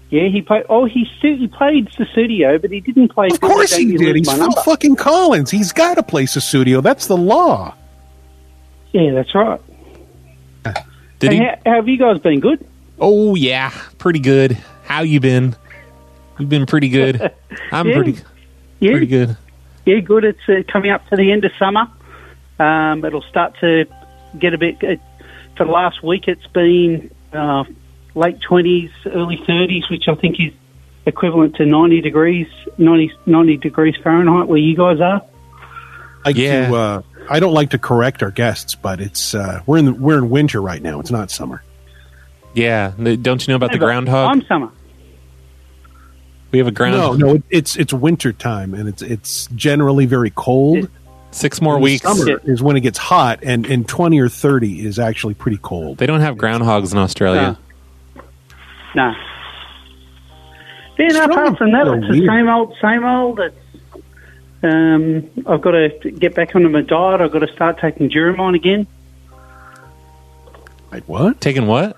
Yeah, he played. Oh, he su- he played the studio, but he didn't play. Of course he You did. Lose He's My Phil Number. fucking Collins. He's got to play Susudio. That's the law. Yeah, that's right. Did he? How, how have you guys been? Good. Oh yeah, pretty good. How you been? You've been pretty [LAUGHS] good. I'm Yeah. pretty Yeah. pretty good. Yeah, good. It's uh, coming up to the end of summer. Um, it'll start to get a bit. It, for the last week, it's been uh, late twenties, early thirties, which I think is equivalent to ninety degrees, 90, 90 degrees Fahrenheit, where you guys are. Like Yeah. to, uh, I don't like to correct our guests, but it's uh, we're in the, we're in winter right now. It's not summer. Yeah. n- Don't you know about the No, but groundhog? I'm summer. we have a groundhog. No, no, it, it's it's winter time, and it's it's generally very cold. Six more In the weeks. Summer is when it gets hot, and and twenty or thirty is actually pretty cold. They don't have groundhogs in Australia. No. Then It's really apart from that, kinda it's the weird. same old, same old. It's, um, I've got to get back onto my diet. I've got to start taking Duramine again. Like what? Taking what?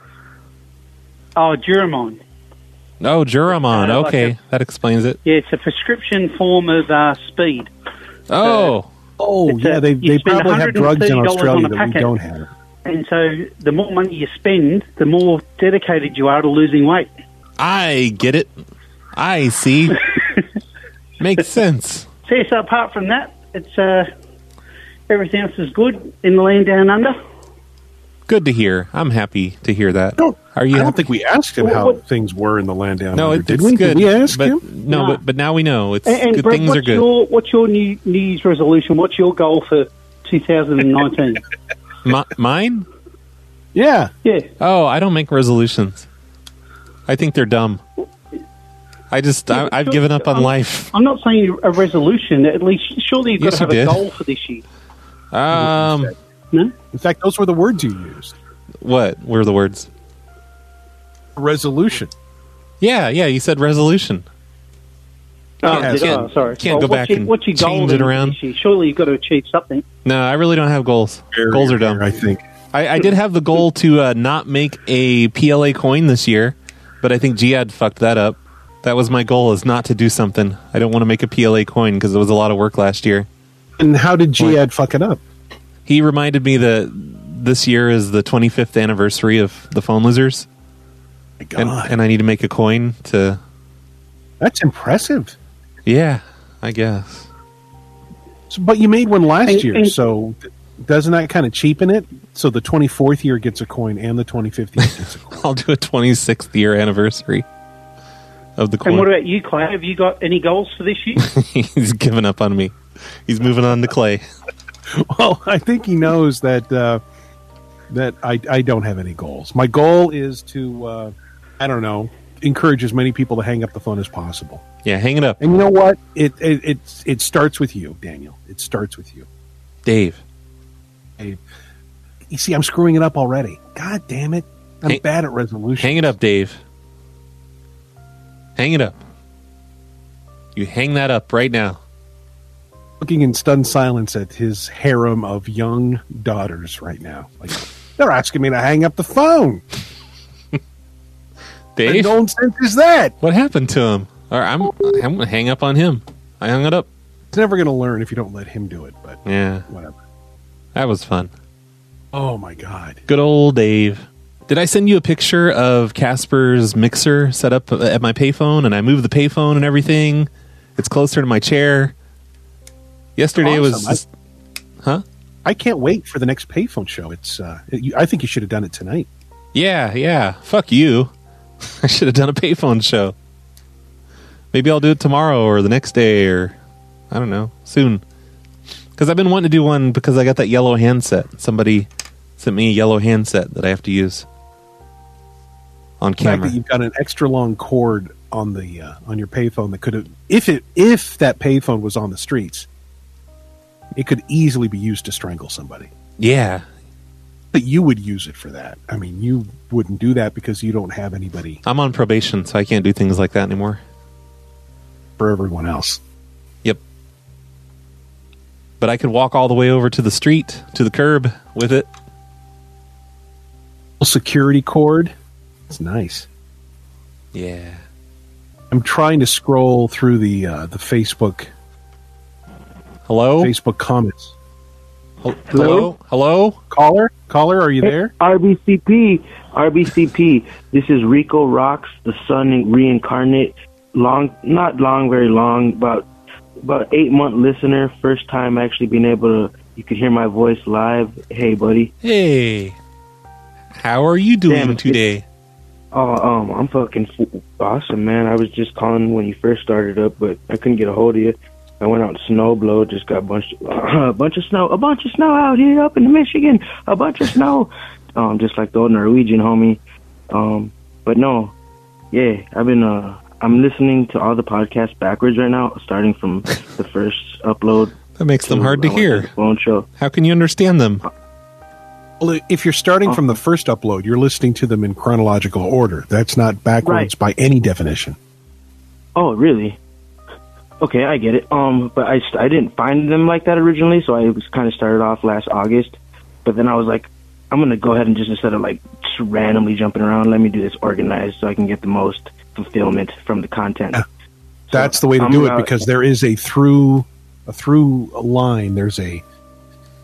Oh, Duramine. Oh, Juramon. Uh, like okay, that explains it. Yeah, it's a prescription form of uh, speed. Uh, Oh, Oh It's yeah, a- they you they spend probably have drugs in $130 on Australia a that we packet. don't have. And so the more money you spend, the more dedicated you are to losing weight. I get it. I see. [LAUGHS] Makes sense. See, so apart from that, it's uh, everything else is good in the land down under. Good to hear. I'm happy to hear that. No, Are you? I don't happy? think we asked him Well, how what- things were in the land down no, under. it, did it's we? Did good. we ask but, him? No, Nah. but, but now we know. It's And, and good. Brett, things what's are good. Your, what's your new New Year's resolution? What's your goal for [LAUGHS] 2019? Mi- mine? Yeah, yeah. Oh, I don't make resolutions. I think they're dumb. I just I, I've given up on life. I'm not saying a resolution. At least, surely you've got Yes, to have you a did. goal for this year. Um, No? in fact, those were the words you used. what were the words? Resolution. Yeah, yeah. You said resolution. Oh, Yeah, did- can't- oh, sorry. can't go Well, what's back your- and what's your goal change then it for around. this year? Surely you've got to achieve something. No, I really don't have goals. goals are dumb. I think. I, I did have the goal to uh, not make a PLA coin this year, but I think Jihad fucked that up. That was my goal: is not to do something. I don't want to make a PLA coin because it was a lot of work last year. And how did Jihad fuck it up? He reminded me that this year is the 25th anniversary of the Phone Losers, My God, and, and I need to make a coin to. that's impressive. Yeah, I guess. [LAUGHS] So, but you made one last And- year, and- so doesn't that kind of cheapen it? So the twenty fourth year gets a coin, and the twenty fifth year gets a coin. I'll do a 26th year anniversary of the coin. And what about you, [LAUGHS] Clay? Have you got any goals for this year? He's given up on me. He's moving on to Clay. [LAUGHS] well, I think he knows that uh, that I, I don't have any goals. My goal is to uh, I don't know encourage as many people to hang up the phone as possible. Yeah, hang it up, And you know what? It it it, it starts with you, Daniel. It starts with you. Dave. I, you see, I'm screwing it up already. God damn it! I'm Hey- bad at resolution. Hang it up, Dave. Hang it up. You hang that up right now. Looking in stunned silence at his harem of young daughters right now. Like they're asking me to hang up the phone. What Dave, nonsense is that? what happened to him? Or Um, I'm I'm gonna hang up on him. I hung it up. It's never going to learn if you don't let him do it. But Yeah, whatever. that was fun. Oh my god. Good old Dave. Did I send you a picture of Casper's mixer set up at my payphone and I moved the payphone and everything? It's closer to my chair. Yesterday was Awesome. just- I can't wait for the next payphone show. It's uh, you- I think you should have done it tonight. Yeah, yeah. Fuck you. [LAUGHS] I should have done a payphone show. Maybe I'll do it tomorrow or the next day or I don't know, soon. Cuz I've been wanting to do one because I got that yellow handset. Somebody sent me a yellow handset that I have to use on The fact camera. that you've got an extra long cord on the uh, on your payphone that could have, if it if that payphone was on the streets, it could easily be used to strangle somebody. yeah. But you would use it for that. I mean, you wouldn't do that because you don't have anybody I'm on probation, so I can't do things like that anymore. for everyone else. Yep. But I could walk all the way over to the street, to the curb with it. Security cord. It's nice. Yeah. I'm trying to scroll through the uh, the Facebook Hello? Facebook comments. Hel- Hello? Hello? Caller, caller, are you there? RBCP, RBCP. This is Rico Rocks, the Sun reincarnate. Long, not long, very long. About about eight month listener. First time actually being able to. You could hear my voice live. Hey, buddy. Hey, how are you doing Damn, it's- today? Oh, um, I'm fucking f- awesome, man. I was just calling when you first started up, but I couldn't get a hold of you. I went out and snow blow, just got a bunch, a bunch of [CLEARS THROAT] snow, a bunch of snow out here up in Michigan, a bunch of snow, um, just like the old Norwegian homie. Um, but no, yeah, I've been, uh, I'm listening to all the podcasts backwards right now, starting from the first upload. That makes them hard to I went the hear. Phone show. How can you understand them? Well, if you're starting from the Uh-huh. first upload, you're listening to them in chronological order. That's not backwards by any definition. Oh, really? Okay, I get it. Um, but I, st- I didn't find them like that originally, so I was kind of started off last August. But then I was like, I'm gonna go ahead and just instead of like just randomly jumping around, let me do this organized so I can get the most fulfillment from the content. That's the way to I'm do it about- because there is a through a through line. There's a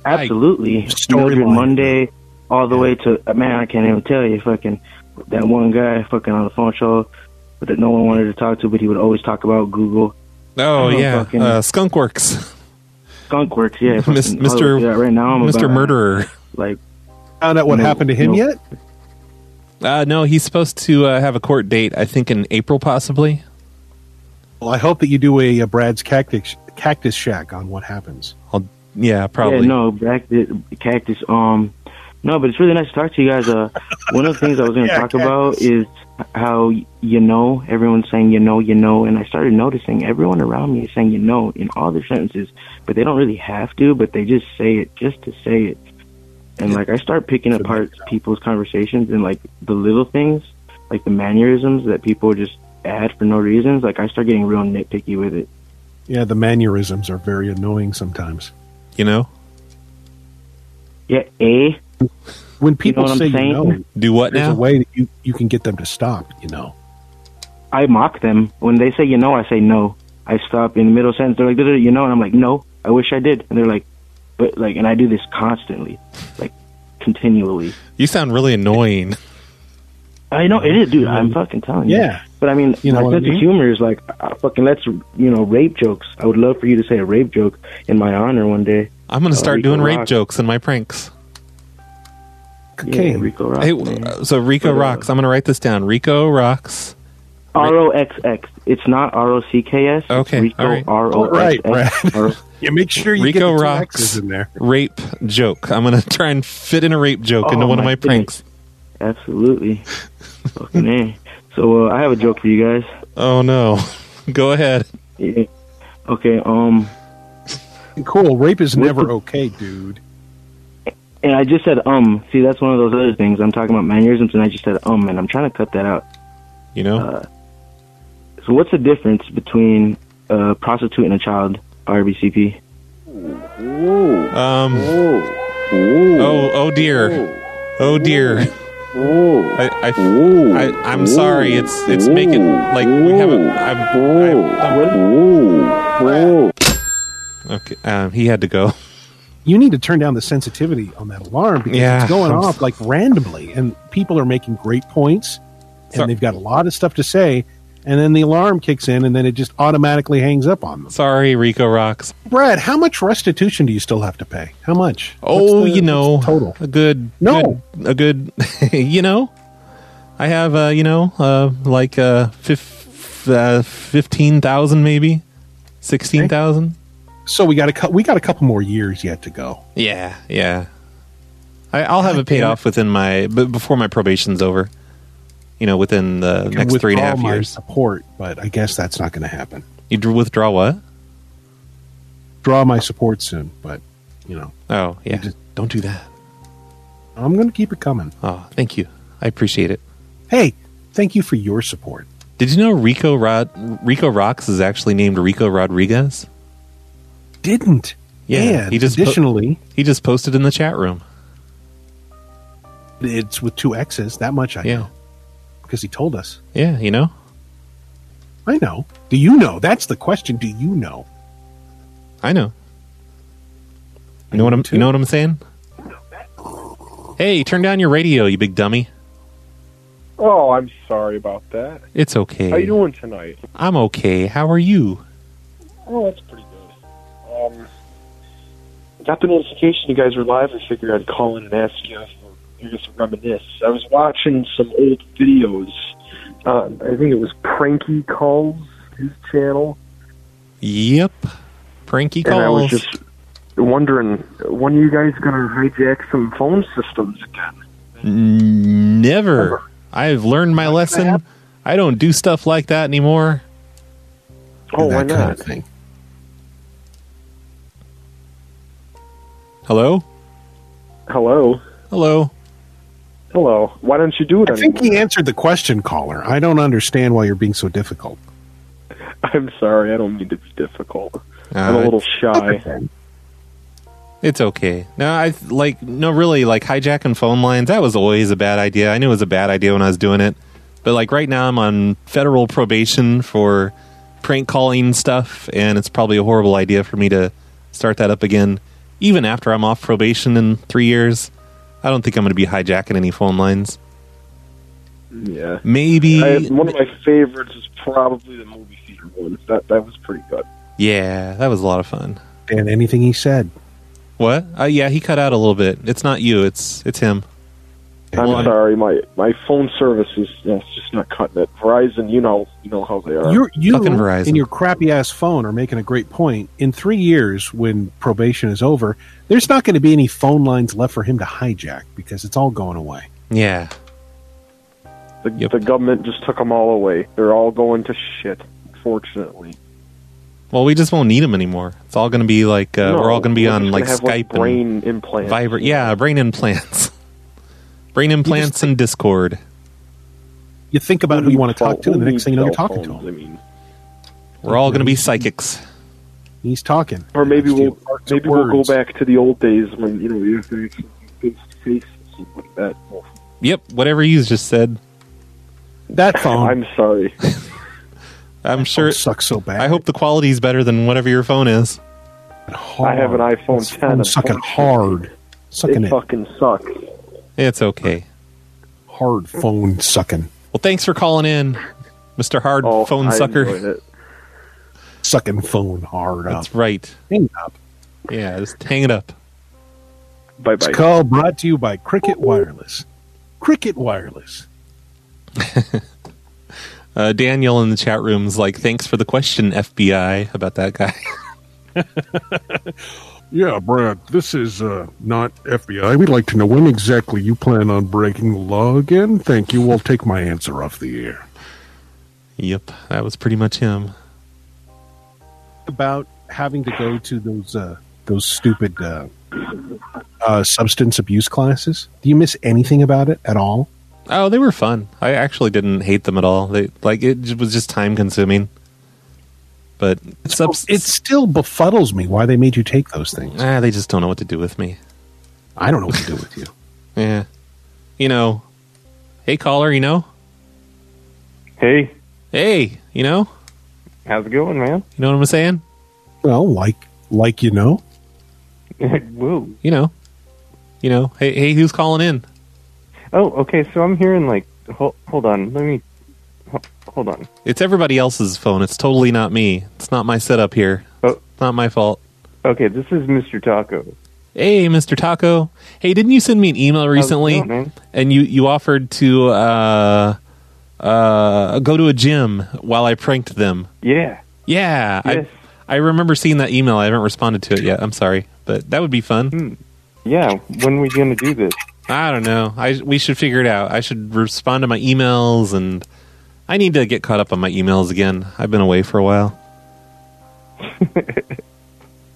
Absolutely, Storyline. Mildred Monday, all the way to uh, man. I can't even tell you, fucking that one guy, fucking on the phone show, but that no one wanted to talk to, but he would always talk about Google Oh Oh, yeah, fucking- uh, Skunkworks, Skunkworks. Yeah, [LAUGHS] Mis- fucking- oh, Mr. yeah, right now I'm Mr. about- Murderer. Like found out what No, happened to him no. yet. Uh, no, he's supposed to uh, have a court date. I think in April, possibly. Well, I hope that you do a, uh Brad's cactus cactus shack on what happens. I'll, yeah, probably. Yeah, no, back the cactus. Um, no, but it's really nice to talk to you guys. Uh, one of the things [LAUGHS] I was going to Yeah, talk cactus. about is how you know everyone's saying you know you know, and I started noticing everyone around me is saying you know in all their sentences, but they don't really have to, but they just say it just to say it. And like I start picking apart people's conversations and like the little things, like the mannerisms that people just add for no reasons. Like I start getting real nitpicky with it. Yeah, the mannerisms are very annoying sometimes. You know, Yeah, eh? When people what I'm say you saying? know, do what there's a now? way that you, you can get them to stop. You know, I mock them when they say you know. I say no. I stop in the middle sentence. They're like, "Duh, duh, you know, and I'm like, no. I wish I did. And they're like, but like, and I do this constantly, like continually. You sound really annoying. I know it is, dude. I'm fucking telling you. Yeah. But I mean, You know my what I sense mean? of humor is like, uh, fucking, let's you know, rape jokes. I would love for you to say a rape joke in my honor one day. I'm gonna Oh, start Rico doing rape Rock. jokes in my pranks. Yeah, okay. Rico Rock. Hey, man. uh, so Rico But, uh, rocks. I'm gonna write this down. Rico rocks. R O X X. It's not R O C K S. Uh, Okay. Rico all right. R O X X. Yeah, make [LAUGHS] sure you Rico get the two rocks X's in there. rape joke. I'm gonna [LAUGHS] try and fit in a rape joke Oh, into one of my my pranks. Absolutely. [LAUGHS] Fucking A. So uh, I have a joke for you guys. Oh no. [LAUGHS] Go ahead. Okay. Um. Cool. Rape is never okay, dude. And I just said um. See, that's one of those other things. I'm talking about mannerisms, and I just said um, and I'm trying to cut that out. You know. Uh, so what's the difference between a prostitute and a child? RBCP. Whoa. Um. Oh. Oh dear. Oh dear. I, I, I, I'm sorry. It's it's making like we haven't. I'm, I'm, i okay. Um. He had to go. [LAUGHS] You need to turn down the sensitivity on that alarm because Yeah. it's going off like randomly, and people are making great points, and they've got a lot of stuff to say, and then the alarm kicks in, and then it just automatically hangs up on them. Sorry, Rico rocks. Brad, how much restitution do you still have to pay? How much? Oh, What's the- you know, what's the total. a good No. good- a good [LAUGHS] you know. I have uh, you know, uh like uh, fif- uh 15,000 maybe. 16,000? So we got a cou- we got a couple more years yet to go. Yeah, yeah. I I'll have it paid off within my b- before my probation's over. You know, within the next With three and a all half my years. Support, but I guess that's not going to happen. You dr- withdraw what? Draw my support soon, but you know, Oh, yeah. Don't do that. I'm going to keep it coming. Oh, thank you. I appreciate it. Hey, thank you for your support. Did you know Rico Rod Rico Rocks is actually named Rico Rodriguez? Didn't. Yeah, And he just po- additionally, He just posted in the chat room. it's with two X's. That much I Yeah. know because he told us. Yeah, you know. I know. Do you know? That's the question. Do you know? I know. You know what I'm you know what I'm saying? Hey, turn down your radio, you big dummy. Oh, I'm sorry about that. It's How you okay. doing tonight? I'm okay. How are you? Oh, that's pretty good. Um, got the notification you guys were live and figured I'd call in and ask you if you just reminisce. I was watching some old videos. Uh, I think it was Pranky Calls, his channel. Yep. Pranky And I was calls. just wondering, when are you guys going to hijack some phone systems again? [LAUGHS] N- Never. I've learned my lesson. I don't do stuff like that anymore. Oh, why not? Hello? Hello? Hello? Hello. Why don't you do it I think he answered the question, caller. I don't understand why you're being so difficult. I'm sorry, I don't mean to be difficult. I'm Uh, a [LAUGHS] little shy. It's okay. No, I like no really like hijacking phone lines. That was always a bad idea. I knew it was a bad idea when I was doing it, but like right now I'm on federal probation for prank calling stuff, and it's probably a horrible idea for me to start that up again. Even after I'm off probation in three years, I don't think I'm going to be hijacking any phone lines. Yeah. Maybe. I, one of my favorites is probably the movie theater one. That that was pretty good. Yeah, that was a lot of fun. And anything he said. What? Uh, yeah, he cut out a little bit. It's not you. It's it's him. I'm Well, I- sorry, my my phone service is yeah, it's just not cutting it. Verizon, you know, you know how they are. You're, you and your crappy ass phone are making a great point. In three years, when probation is over, there's not going to be any phone lines left for him to hijack because it's all going away. Yeah. The, the government just took them all away. They're all going to shit. Fortunately, Well, we just won't need them anymore. It's all going to be like uh, No, we're all going to be we're on just like gonna have, Skype, like, brain implants. Viber, yeah, brain implants, [LAUGHS] brain implants, and Discord. You think about who you want to talk to, and the next thing you know, you're talking to him. I mean, We're all going to be psychics. He's talking. or maybe we'll maybe we'll go back to the old days when you know you have to actually face to face and stuff like that. Yep, whatever you just said. That [LAUGHS] phone. I'm sorry. [LAUGHS] I'm sure it sucks so bad. I hope the quality's better than whatever your phone is. I have an iPhone 10. phone's sucking hard. Sucking it. it. fucking sucks. It's okay. Hard phone sucking. Well, thanks for calling in, Mister Hard Phone I enjoyed Sucker. Oh, it. Sucking phone hard up. That's right. Hang it up. Yeah, just hang it up. Bye It's call brought to you by Cricket Wireless. Cricket Wireless. Uh, Daniel in the chat room's like, thanks for the question, FBI, about that guy. [LAUGHS] Yeah, Brad, this is uh, not FBI. We'd like to know when exactly you plan on breaking the law again. Thank you. I'll take my answer off the air. yep, that was pretty much him. about having to go to those uh, those stupid uh, uh, substance abuse classes? Do you miss anything about it at all? Oh, they were fun. I actually didn't hate them at all. They like it j- was just time consuming. But it still befuddles me why they made you take those things. Ah, they just don't know what to do with me. I don't know what to do with you. [LAUGHS] Yeah. You know, hey caller, you know? Hey. Hey, you know? How's it going, man? You know what I'm saying? Well, like like you know. [LAUGHS] Whoa. You know. You know, hey hey, who's calling in? Oh, okay. So I'm hearing like, hold, hold on. Let me ho- hold on. It's everybody else's phone. It's totally not me. It's not my setup here. It's not my fault. Oh. Okay, this is Mr. Taco. Hey, Mr. Taco. Hey, didn't you send me an email recently? going, man? and you you offered to uh uh go to a gym while I pranked them. Yeah. Yeah, Yes. I I remember seeing that email. I haven't responded to it yet. I'm sorry, but that would be fun. Hmm. Yeah, when are we going to do this? I don't know. I we should figure it out. I should respond to my emails and I need to get caught up on my emails again. I've been away for a while.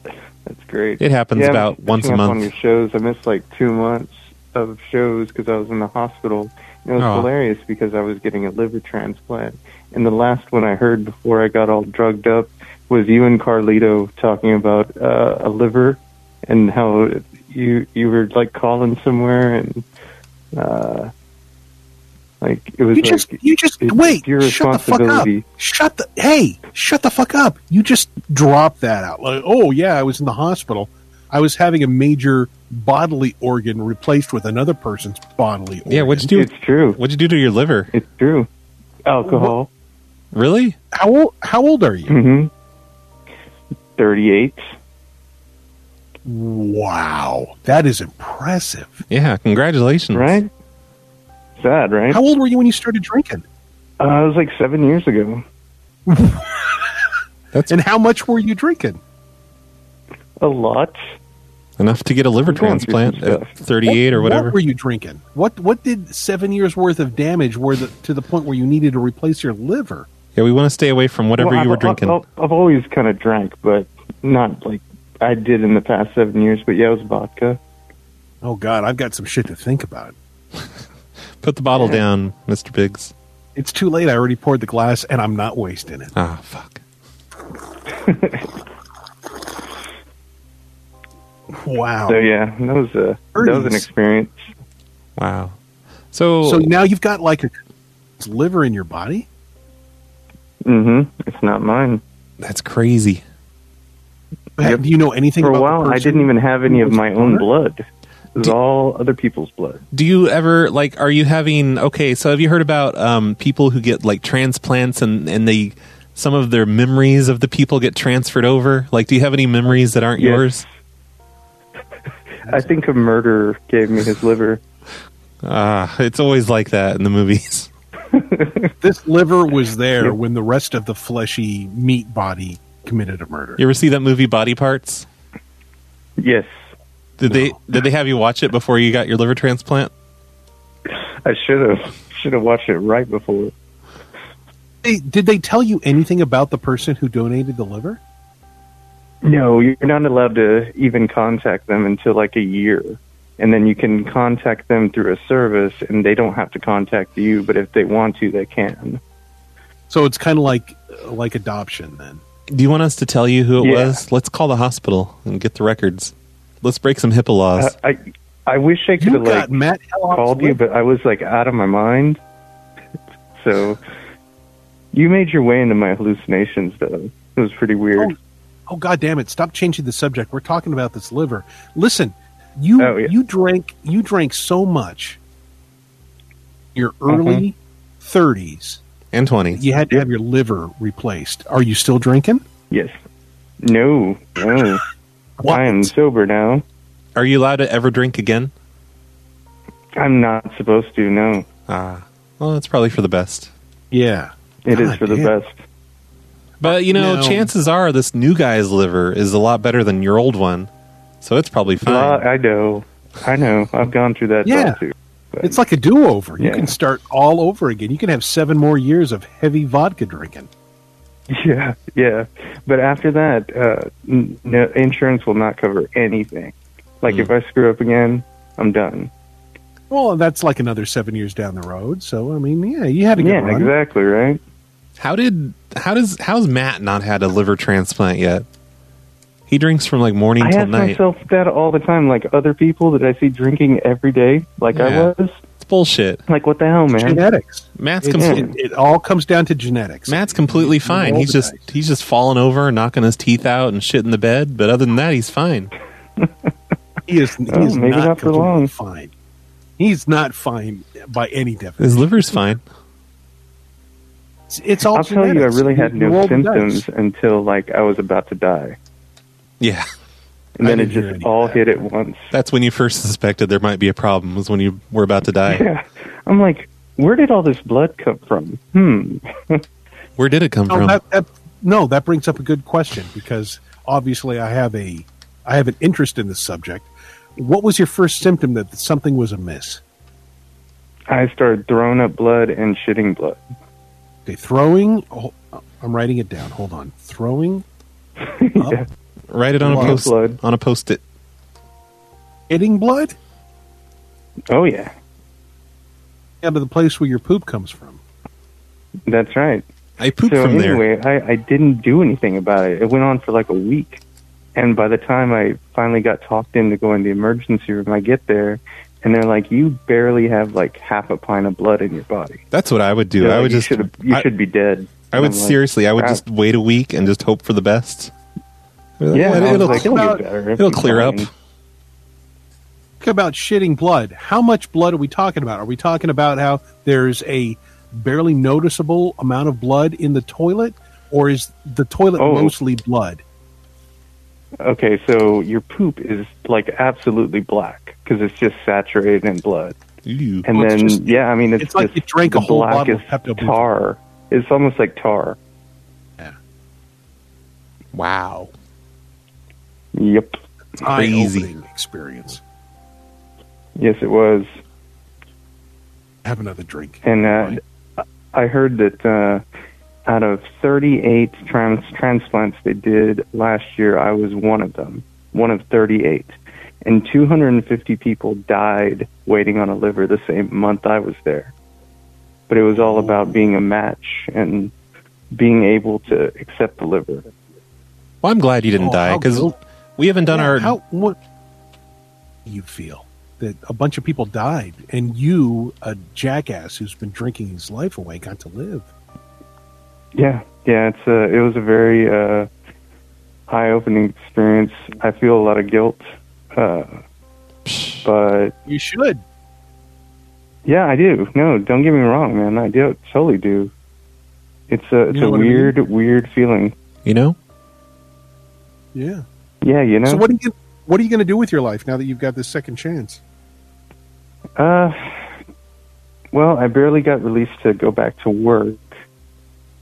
That's great. It happens Yeah, I'm about catching once a up month. On your shows, I missed like two months of shows because I was in the hospital. And it was Aw. hilarious because I was getting a liver transplant, and the last one I heard before I got all drugged up was you and Carlito talking about uh, a liver and how you you were like calling somewhere and uh, like it was You like, just you just wait. your Shut the fuck up. responsibility. Shut the hey. Shut the fuck up. You just dropped that out. Like, oh yeah, I was in the hospital. I was having a major bodily organ replaced with another person's bodily organ. Yeah, what'd you do? It's true. What'd you do to your liver? It's true. Alcohol. Really? How old? How old are you? Mm-hmm. Thirty-eight. Wow, that is impressive. Yeah, congratulations. Right? Sad, right? How old were you when you started drinking? Uh, it was like seven years ago. and how much were you drinking? A lot. Enough to get a liver I'm going through transplant some at 38 or What- whatever. What were you drinking? What What did seven years worth of damage were the, to the point where you needed to replace your liver? Yeah, we want to stay away from whatever Well, you were I've- drinking. I've, I've always kind of drank, but not like I did in the past seven years. But yeah, it was vodka. Oh God, I've got some shit to think about. [LAUGHS] Put the bottle down, Mister Biggs. It's too late. I already poured the glass, and I'm not [LAUGHS] wasting it. Ah, fuck. Wow. So yeah, that was a that was an Thirties. experience. Wow. So so now you've got like a liver in your body. Mm-hmm. It's not mine. That's crazy. Do you know anything? For about a the while, I person didn't even have any who of was my the own donor? blood. It was all other people's blood. Do you ever like? Are you having? Okay, so have you heard about um, people who get like transplants and and they some of their memories of the people get transferred over? Like, do you have any memories that aren't Yes. yours? I think a murderer gave me his liver. Ah, it's always like that in the movies. [LAUGHS] [LAUGHS] This liver was there when the rest of the fleshy meat body committed a murder. You ever see that movie Body Parts? Yes. Did they did they have you watch it before you got your liver transplant? I should have should have watched it right before. They, did they tell you anything about the person who donated the liver? No, you're not allowed to even contact them until like a year. And then you can contact them through a service and they don't have to contact you, but if they want to, they can. So it's kind of like uh, like adoption then. Do you want us to tell you who it Yeah. was? Let's call the hospital and get the records. Let's break some HIPAA laws. I, Uh, I I wish I could have like called you, but I was like out of my mind. [LAUGHS] so you made your way into my hallucinations though. It was pretty weird. Oh god damn it, stop changing the subject. We're talking about this liver. Listen, you Oh, you drank you drank so much your early 30s Uh-huh. and 20s. You had to have your liver replaced. Are you still drinking? Yes. No. [LAUGHS] No. I am sober now. Are you allowed to ever drink again? I'm not supposed to, no. Ah. Well, that's probably for the best. Yeah. It is for the best. But you know, No. chances are this new guy's liver is a lot better than your old one, so it's probably fine. Uh, I know, I know. I've gone through that. Yeah. Too. It's like a do over. You Yeah. can start all over again. You can have seven more years of heavy vodka drinking. Yeah, yeah. But after that, uh, n- no, insurance will not cover anything. Like if I screw up again, I'm done. Well, that's like another seven years down the road. So I mean, yeah, you had a good yeah, run. exactly, right? How did how does how's Matt not had a liver transplant yet? He drinks from like morning I till ask night. myself that all the time. Like other people that I see drinking every day, like Yeah. I was. It's bullshit. Like what the hell, man? Genetics. Matt's It- complete- it, it all comes down to genetics. Matt's completely fine. He's just he's just falling over and knocking his teeth out and shit in the bed. But other than that, he's fine. [LAUGHS] he is, he Oh, is maybe not, not for completely long. fine. He's not fine by any definition. His liver's fine. It's, it's all. I'll tell you, I genetics. really had You roll no the symptoms dice. until like I was about to die. Yeah. And I then it didn't hear just all hit at once. That's when you first suspected there might be a problem. Was when you were about to die. [LAUGHS] Yeah. I'm like, where did all this blood come from? Hmm. [LAUGHS] Where did it come No, from? Oh, that, that, no, that brings up a good question because obviously I have a I have an interest in this subject. What was your first symptom that something was amiss? I started throwing up blood and shitting blood. Okay, throwing. Oh, I'm writing it down. Hold on, [LAUGHS] throwing. up, Write it on a Blood. post on a post it. Hitting blood. Oh yeah, yeah, but the place where your poop comes from. That's right. I pooped so from there. anyway, I, I didn't do anything about it. It went on for like a week. And by the time I finally got talked into going to the emergency room, I get there and they're like, You barely have like half a pint of blood in your body. That's what I would do. They're I like, would you just should you I- should be dead. I would And I'm like, seriously, I would "Crap." just wait a week and just hope for the best. Like, Yeah, well, I was it'll, like, it'll get better if it'll you clear up. find- Think about shitting blood. How much blood are we talking about? Are we talking about how there's a barely noticeable amount of blood in the toilet, or is the toilet Oh. mostly blood? Okay, so your poop is like absolutely black because it's just saturated in blood. And Well, it's then just- yeah, I mean it's, it's like just you drank a the whole black bottle of is Pepto-Bismol. tar. It's almost like tar. Wow. Yep. Eye-opening experience. Yes, it was. Have another drink. And uh, I heard that uh, out of 38 trans- transplants they did last year, I was one of them, one of 38. And 250 people died waiting on a liver the same month I was there. But it was all Oh. about being a match and being able to accept the liver. Well, I'm glad you didn't Oh, die how 'cause die good. because we haven't done Yeah, our. How what you feel that a bunch of people died and you, a jackass who's been drinking his life away, got to live. Yeah, yeah, it's a, it was a very uh, eye-opening experience. I feel a lot of guilt, uh, but You should. yeah, I do. No, don't get me wrong, man. I do totally do. It's a it's know a what I mean? weird, weird feeling. You know? Yeah. Yeah, you know. So what are you what are you going to do with your life now that you've got this second chance? Uh, well, I barely got released to go back to work,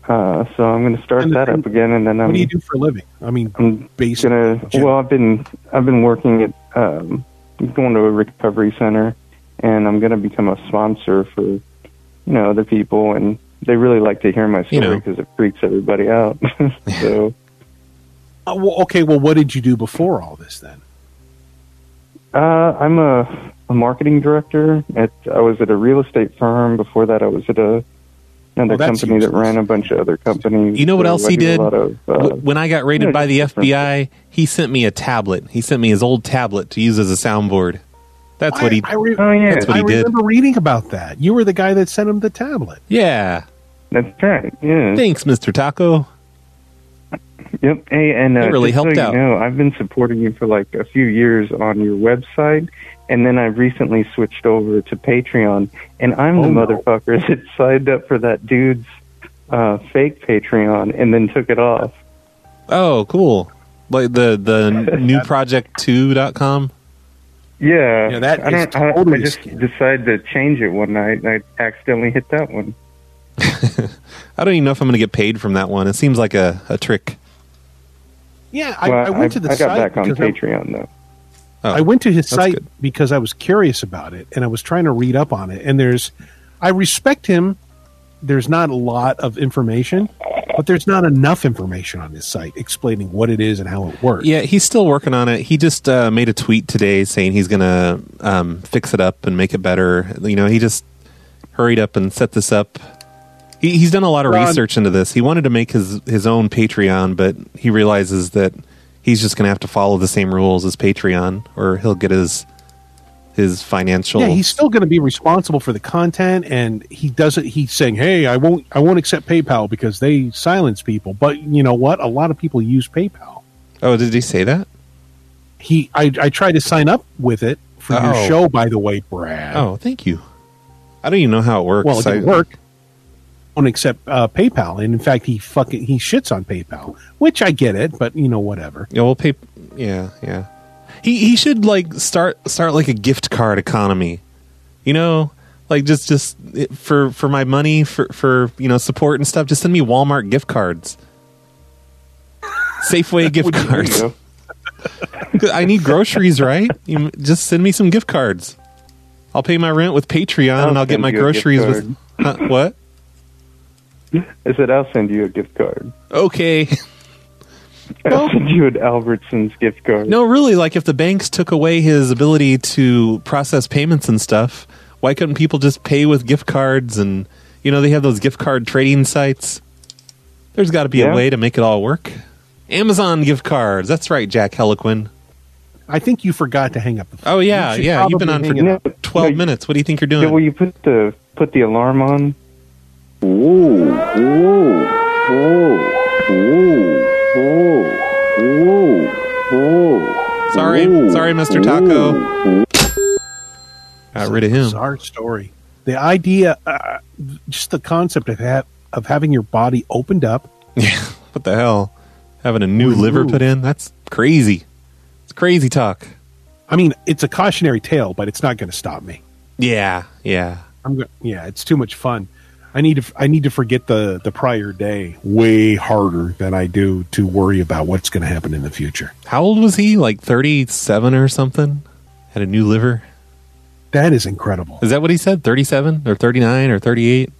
uh, so I'm going to start And the that thing- up again, and then I'm what do you do for a living? I mean, I'm basic gonna. Well, I've been I've been working at um, going to a recovery center, and I'm gonna become a sponsor for you know other people, and they really like to hear my You story know. because it freaks everybody out. [LAUGHS] so uh, well, okay. Well, what did you do before all this then? uh, I'm a, a marketing director at I was at a real estate firm before that. I was at a another Well, that's company that ran a bunch of other companies. You know what So else I he do a did? lot of, uh, Wh- when I got raided yeah, by the just different- FBI, he sent me a tablet. He sent me his old tablet to use as a soundboard. That's what he. I, I re- Oh, That's what I he did. remember reading about that. You were the guy that sent him the tablet. Yeah. That's right. Yeah. Thanks, Mr. Taco. Yep. Hey, and uh, It really just so helped you out. know, I've been supporting you for like a few years on your website, and then I recently switched over to Patreon, and I'm the Oh, no. motherfucker [LAUGHS] that signed up for that dude's uh, fake Patreon and then took it off. Oh, cool. Like the the [LAUGHS] newproject2.com. Yeah, Yeah, that I is don't. I, I totally just decided to change it one night, and I accidentally hit that one. I don't even know if I'm going to get paid from that one. It seems like a, a trick. Yeah, I, Well, I went to the I site. got back on because I- Patreon though. oh, I went to his That's site because I was curious about it and I was trying to read up on it. And there's, I respect him. There's not a lot of information, but there's not enough information on his site explaining what it is and how it works. Yeah, he's still working on it. He just uh, made a tweet today saying he's going to um, fix it up and make it better. You know, he just hurried up and set this up. He, he's done a lot of Ron- research into this. He wanted to make his his own Patreon, but he realizes that he's just going to have to follow the same rules as Patreon, or he'll get his his financial. Yeah, he's still going to be responsible for the content, and he doesn't. He's saying, "Hey, I won't, I won't accept PayPal because they silence people." But you know what? A lot of people use PayPal. oh, did he say that? He, I, I tried to sign up with it for Oh. your show, by the way, Brad. Oh, thank you. I don't even know how it works. Well, it I- didn't work. Won't accept uh, PayPal, and in fact, he fucking he shits on PayPal, which I get it, but you know, whatever. Yeah, well, pay. Yeah, yeah. He he should like start start like a gift card economy. You know, like just just it, for for my money for for you know support and stuff. Just send me Walmart gift cards, [LAUGHS] Safeway gift cards. 'Cause [LAUGHS] I need groceries, right? You, just send me some gift cards. I'll pay my rent with Patreon, I'll and I'll get send my you a gift groceries with huh, [LAUGHS] what? I said I'll send you a gift card. [LAUGHS] Okay. I'll send you an Albertsons gift card. No, really, like if the banks took away his ability to process payments and stuff, why couldn't people just pay with gift cards and you know, they have those gift card trading sites? There's got to be Yeah. a way to make it all work. Amazon gift cards. That's right, Jack Heliquin. I think you forgot to hang up the phone. Oh yeah, You should yeah. You've been on probably for hang up. 12 minutes. What do you think you're doing? Yeah, will you put the put the alarm on? Whoa, whoa, whoa, whoa, whoa, whoa, whoa. Sorry, sorry, Mr. Taco. Got rid of him. Bizarre story. The idea, uh, just the concept of ha- of having your body opened up. What the hell? Having a new Remove. liver put in? That's crazy. It's crazy talk. I mean, it's a cautionary tale, but it's not going to stop me. Yeah, yeah. I'm go- yeah, it's too much fun. I need to f- I need to forget the the prior day way harder than I do to worry about what's going to happen in the future. How old was he? Like 37 or something? Had a new liver? That is incredible. Is that what he said? 37 or 39 or 38?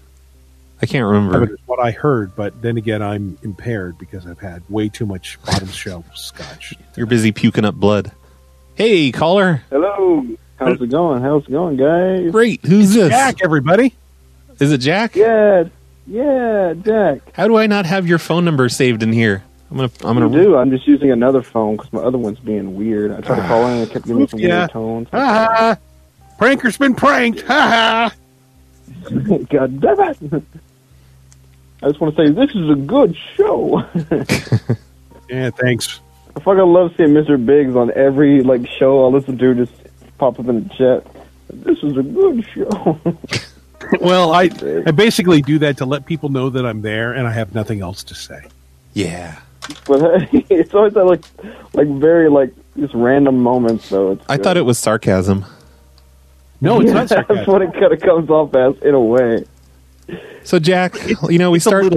I can't That remember. is what I heard, but then again, I'm impaired because I've had way too much bottom shelf scotch. You're busy puking up blood. Hey, caller. Hello. How's it going? How's it going, guys? Great. Who's this? Jack, everybody. Is it Jack? Yeah. Yeah, Jack. How do I not have your phone number saved in here? I'm going to I'm You going to do. I'm just using another phone because my other one's being weird. I tried to call in and it kept giving me some Yeah. weird tones. Ha ha! Pranker's been pranked. Ha ha! [LAUGHS] God damn it! I just want to say this is a good [LAUGHS] show. yeah, thanks. I fucking love seeing Mr. Biggs on every like show I listen to. Just pop up in the chat. This is a good show. well, I I basically do that to let people know that I'm there and I have nothing else to say. Yeah. [LAUGHS] but hey, it's always that like like very like just random moments though. It's I good. thought it was sarcasm. No, it's not [LAUGHS] sarcasm. That's what it kind of comes off as in a way. So Jack, you know we started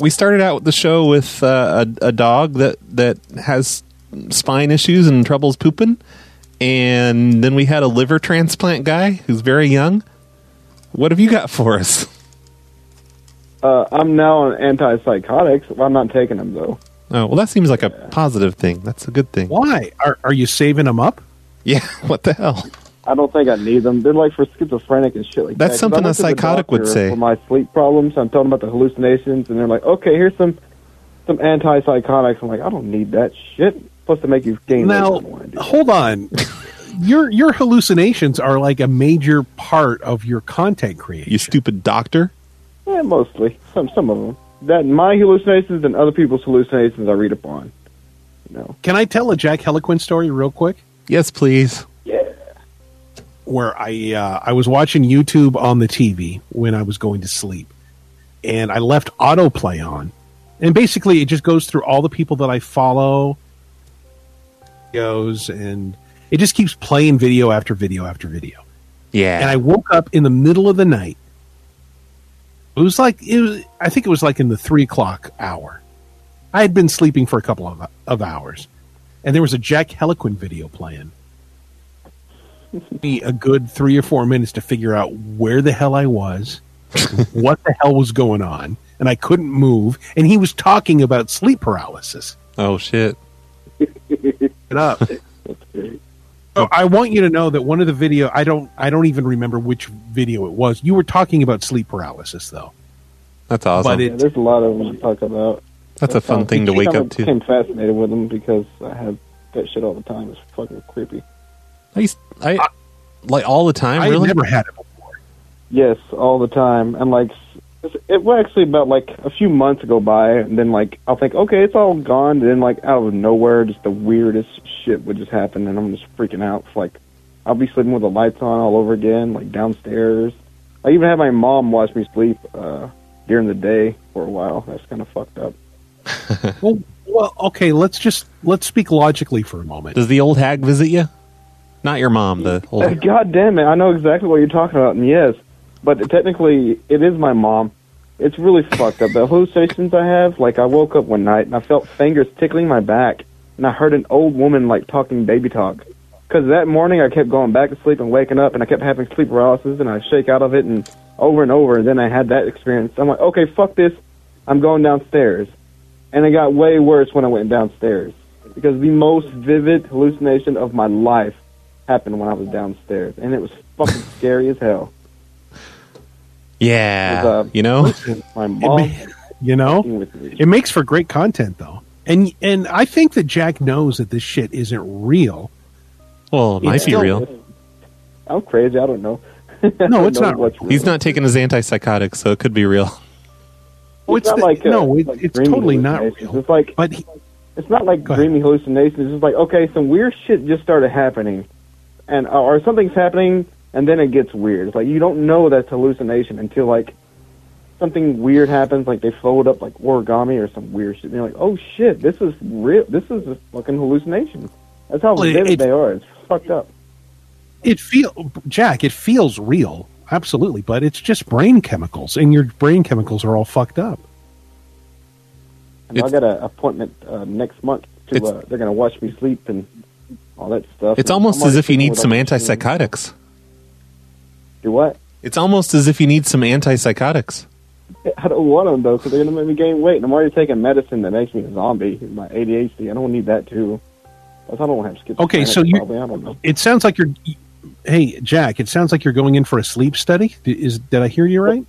We started out the show with uh, a, a dog that that has spine issues and troubles pooping, and then we had a liver transplant guy who's very young. What have you got for us? Uh, I'm now on antipsychotics. Well, I'm not taking them though. Oh, well, that seems like a positive thing. That's a good thing. Why are are you saving them up? Yeah. [LAUGHS] What the hell? I don't think I need them. They're like for schizophrenic and shit like That's that. 'Cause I something went a to the psychotic would doctor say. For my sleep problems, I'm telling them about the hallucinations, and they're like, "Okay, here's some some antipsychotics." I'm like, "I don't need that shit." Supposed to make you gain weight. Now, hold [LAUGHS] on. your your hallucinations are like a major part of your content creation. You stupid doctor. Yeah, mostly some some of them. That and my hallucinations and other people's hallucinations I read upon. Can I tell a Jack Heliquin story real quick? Yes, please. Yeah. Where I uh, I was watching YouTube on the TV when I was going to sleep, and I left autoplay on, and basically it just goes through all the people that I follow, videos, and it just keeps playing video after video after video. Yeah. And I woke up in the middle of the night It was like it was, I think it was like in the three o'clock hour. I had been sleeping for a couple of, of hours, and there was a Jack Heliquin video playing. Took Me a good three or four minutes to figure out where the hell I [LAUGHS] was, what the hell was going on, and I couldn't move. And he was talking about sleep paralysis. [LAUGHS] Oh shit! Uh, It up. [LAUGHS] So I want you to know that one of the video I don't I don't even remember which video it was. You were talking about sleep paralysis though. That's awesome. But yeah, there's a lot of them to talk about. That's a fun Um, thing to I think wake I up to. became fascinated with them because I have that shit all the time. It's fucking creepy. I, used, I, like all the time. I really, never had Yes, all the time. And like, it's- it was actually about like a few months go by, and then like I'll think, okay, it's all gone. Then like out of nowhere, just the weirdest shit would just happen, and I'm just freaking out. It's like I'll be sleeping with the lights on all over again, like downstairs. I even had my mom watch me sleep uh, during the day for a while. That's kind of fucked up. well, well, okay. Let's just let's speak logically for a moment. Does the old hag visit you? Not your [LAUGHS] mom. The old. Uh, God damn it! I know exactly what you're talking about, and yes, but technically, it is my mom. It's really fucked up. The hallucinations I have, like I woke up one night and I felt fingers tickling my back, and I heard an old woman like talking baby talk. Because that morning I kept going back to sleep and waking up, and I kept having sleep paralysis, and I shake out of it, and over and over, and then I had that experience. I'm like, okay, fuck this. I'm going downstairs, and it got way worse when I went downstairs because the most vivid hallucination of my life happened when I was downstairs, and it was fucking scary as hell. Yeah, It was, uh, you know. My mom, You know, it makes for great content though, and and I think that Jack knows that this shit isn't real. Well, it might be real. I'm crazy. I don't know. [LAUGHS] No, it's not. He's not taking his antipsychotics, so it could be real. [LAUGHS] Oh, it's, the- uh, no, it, it's totally not real. It's like, but it's not like dreamy hallucinations. It's just like, okay, some weird shit just started happening, and uh, or something's happening, and then it gets weird. It's like you don't know that's hallucination until like something weird happens, like they fold up like origami or some weird shit. And you're like, oh shit, this is real. This is a fucking hallucination. That's how Well, it- vivid it- they are. It's fucked up. It feel Jack. It feels real, absolutely, but it's just brain chemicals, and your brain chemicals are all fucked up. And I got an appointment uh, next month to. Uh, they're gonna watch me sleep and all that stuff. It's And almost I'm as already if you sleeping need with some all- antipsychotics. Do what? It's almost as if you need some antipsychotics. [LAUGHS] I don't want them though, because they're gonna make me gain weight, and I'm already taking medicine that makes me a zombie. My ADHD, I don't need that too. I don't want to have schizophrenia. Okay, so you- probably. I don't know. It sounds like you're. Hey, Jack. It sounds like you're going in for a sleep study. D- Is did I hear you right?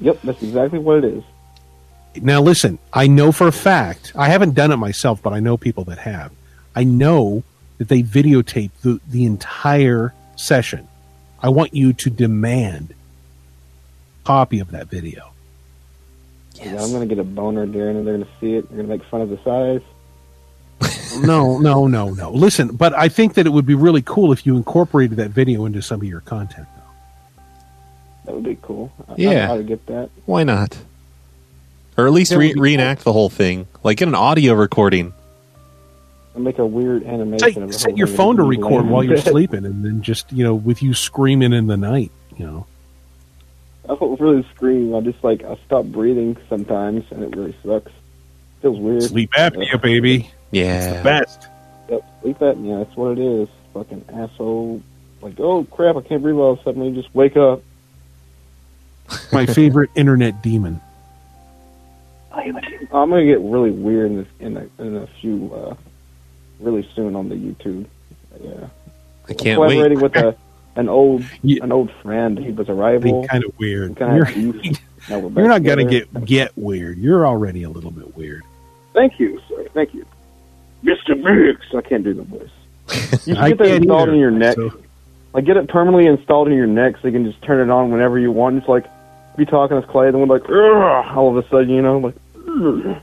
Yep, that's exactly what it is. Now, listen, I know for a fact, I haven't done it myself, but I know people that have. I know that they videotape the, the entire session. I want you to demand a copy of that video. Yeah, I'm gonna get a boner during it. They're gonna see it. They're gonna make fun of the size. [LAUGHS] no, no, no, no. Listen, but I think that it would be really cool if you incorporated that video into some of your content. That would be cool. I, Yeah. I, would get that. Why not? Or at least That re- would be reenact the whole thing, like in an audio recording. I'll make a weird animation. Set, of the set whole your thing. phone to It'd be record lame. while you're sleeping and then just, you know, with you screaming in the night, you know. I don't really scream. I just like I stop breathing sometimes, and it really sucks. Feels weird. Sleep apnea, baby. Yeah. It's the best. Yep, sleep apnea. That's what it is. Fucking asshole. Like, oh crap, I can't breathe all of a sudden. You just wake up. My favorite internet demon. I'm gonna get really weird in this in a, in a few uh, really soon on the YouTube. Yeah, I can't wait. collaborating with a an old an old friend. He was a rival. Be kinda weird. Kind of [LAUGHS] You're- beef. Now we're back You're not gonna together. get get weird. You're already a little bit weird. Thank you, sir. Thank you, Mister Mix. I can't do the voice. [LAUGHS] You should I get that can't installed either, in your neck. Like, get it permanently installed in your neck so you can just turn it on whenever you want. It's like be talking to Clay, then we're like, "Ugh," all of a sudden, you know, like.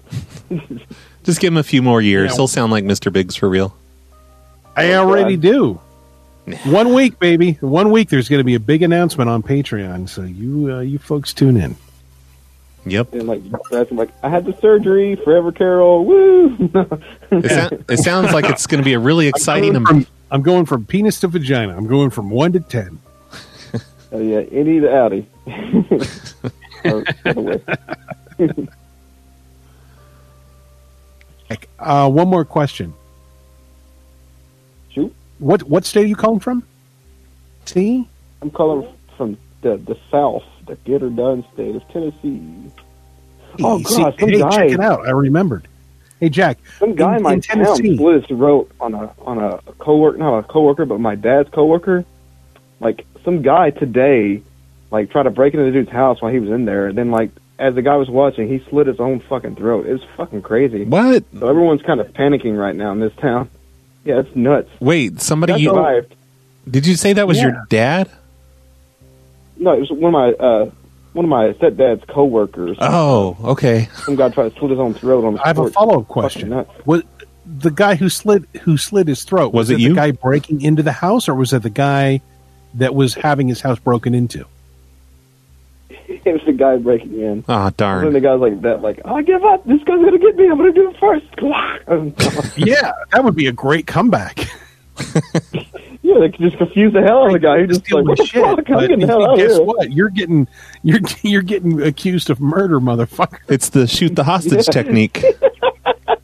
"Ugh." Just give him a few more years. Yeah. He'll sound like Mr. Biggs for real. I already [LAUGHS] do. One week, baby. One week. There's going to be a big announcement on Patreon, so you uh, you folks tune in. Yep. And like that's like I had the surgery, forever Carol, woo! [LAUGHS] It, sou- it sounds like it's going to be a really [LAUGHS] exciting. I'm going, from, I'm going from penis to vagina. I'm going from one to ten. [LAUGHS] [LAUGHS] Oh yeah, any to outie. part. right [LAUGHS] away. Uh, one more question. Shoot. What what state are you calling from? E See? I'm calling from the the South, the get her done state of Tennessee. Oh See, God, some hey, guy, check it out. I remembered. Hey Jack, some guy in, in my Tennessee. town split his throat on a on a coworker, not a coworker, but my dad's coworker. Like some guy today, like tried to break into the dude's house while he was in there, and then like as the guy was watching, he slit his own fucking throat. It was fucking crazy. What? So everyone's kind of panicking right now in this town. Yeah, it's nuts. Wait, somebody That's you alive. did you say that was Yeah. your dad? No, it was one of my uh, one of my stepdad's coworkers. Oh, okay. Some guy tried to slit his own throat on the I have a porch. follow up question. Was the guy who slit who slit his throat was, it, the guy breaking into the house, or was it the guy that was having his house broken into? [LAUGHS] it was the guy breaking in. Ah, And then the guy's like that, like, I give up. This guy's gonna get me. I'm gonna do it [LAUGHS] first. [LAUGHS] yeah, that would be a great comeback. [LAUGHS] yeah, they just confuse the hell out of the guy. He just like, what the shit. fuck? I'm but getting the hell out of guess here. what? You're getting you're [LAUGHS] you're getting accused of murder, motherfucker. It's the shoot [LAUGHS] the hostage Yeah. technique.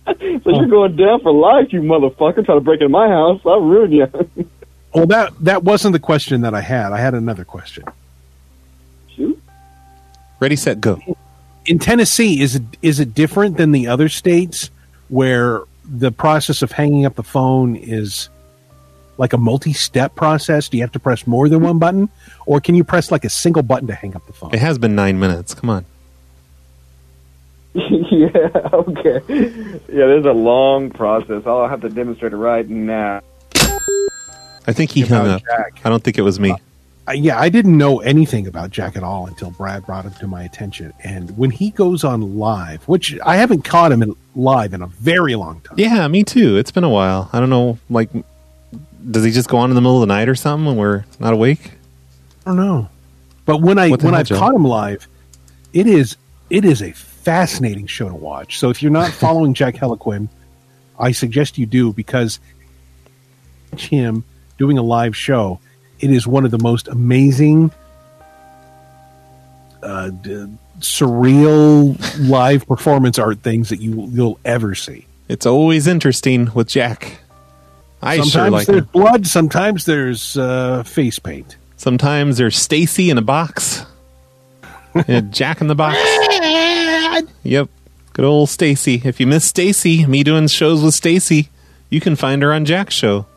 So you're going down for life, you motherfucker! Trying to break into my house, I'll ruin you. [LAUGHS] Well, that that wasn't the question that I had. I had another question. Ready, set, go. In Tennessee, is it is it different than the other states where the process of hanging up the phone is like a multi-step process? Do you have to press more than one button, or can you press like a single button to hang up the phone? It has been nine minutes. Come on. yeah, okay. Yeah, there's a long process. I'll have to demonstrate it right now. I think he hung up. I don't think it was me. I, yeah, I didn't know anything about Jack at all until Brad brought him to my attention. And when he goes on live, which I haven't caught him in, live in a very long time. Yeah, me too. It's been a while. I don't know. Like, does he just go on in the middle of the night or something when we're not awake? I don't know. But when I What the when hell, I've Joe? caught him live, it is it is a fascinating show to watch. So if you're [LAUGHS] not following Jack Heliquin, I suggest you do because watch him doing a live show. It is one of the most amazing, uh, d- surreal live performance art things that you you'll ever see. It's always interesting with Jack. I sometimes sure like there's him. blood, sometimes there's uh, face paint. Sometimes there's Stacy in a box. Yeah, [LAUGHS] Jack in the box. Yep. Good old Stacy. If you miss Stacy, me doing shows with Stacy, you can find her on Jack's show.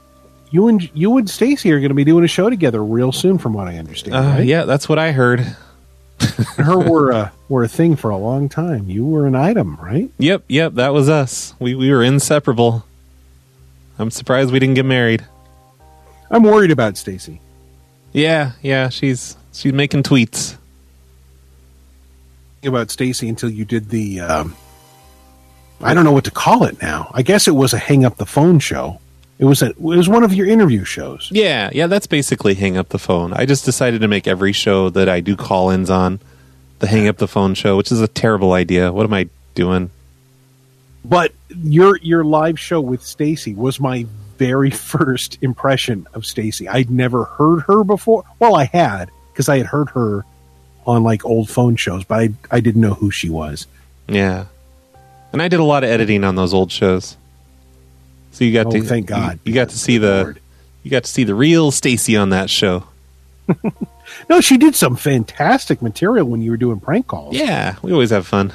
You and you and Stacy are going to be doing a show together real soon, from what I [LAUGHS] understand. Uh, right? Yeah, that's what I heard. her were a were a thing for a long time. You were an item, right? Yep, yep, that was us. We we were inseparable. I'm surprised we didn't get married. I'm worried about Stacy. Yeah, yeah, she's she's making tweets. About Stacy until you did the um, I don't know what to call it now. I guess it was a hang up the phone show. It was a it was one of your interview shows. Yeah, yeah, that's basically hang up the phone. I just decided to make every show that I do call ins on the hang up the phone show, which is a terrible idea. What am I doing? But your your live show with Stacy was my very [LAUGHS] first impression of Stacy. I'd never heard her before. Well, I had because I had heard her on like old phone shows, but I I didn't know who she was. [LAUGHS] Yeah. And I did a lot of editing on those old shows. So you got Oh, to thank you- God, You, got to see the you got to see the real Stacy on that show. No, she did some fantastic material when you were doing prank calls. Yeah, we always have fun.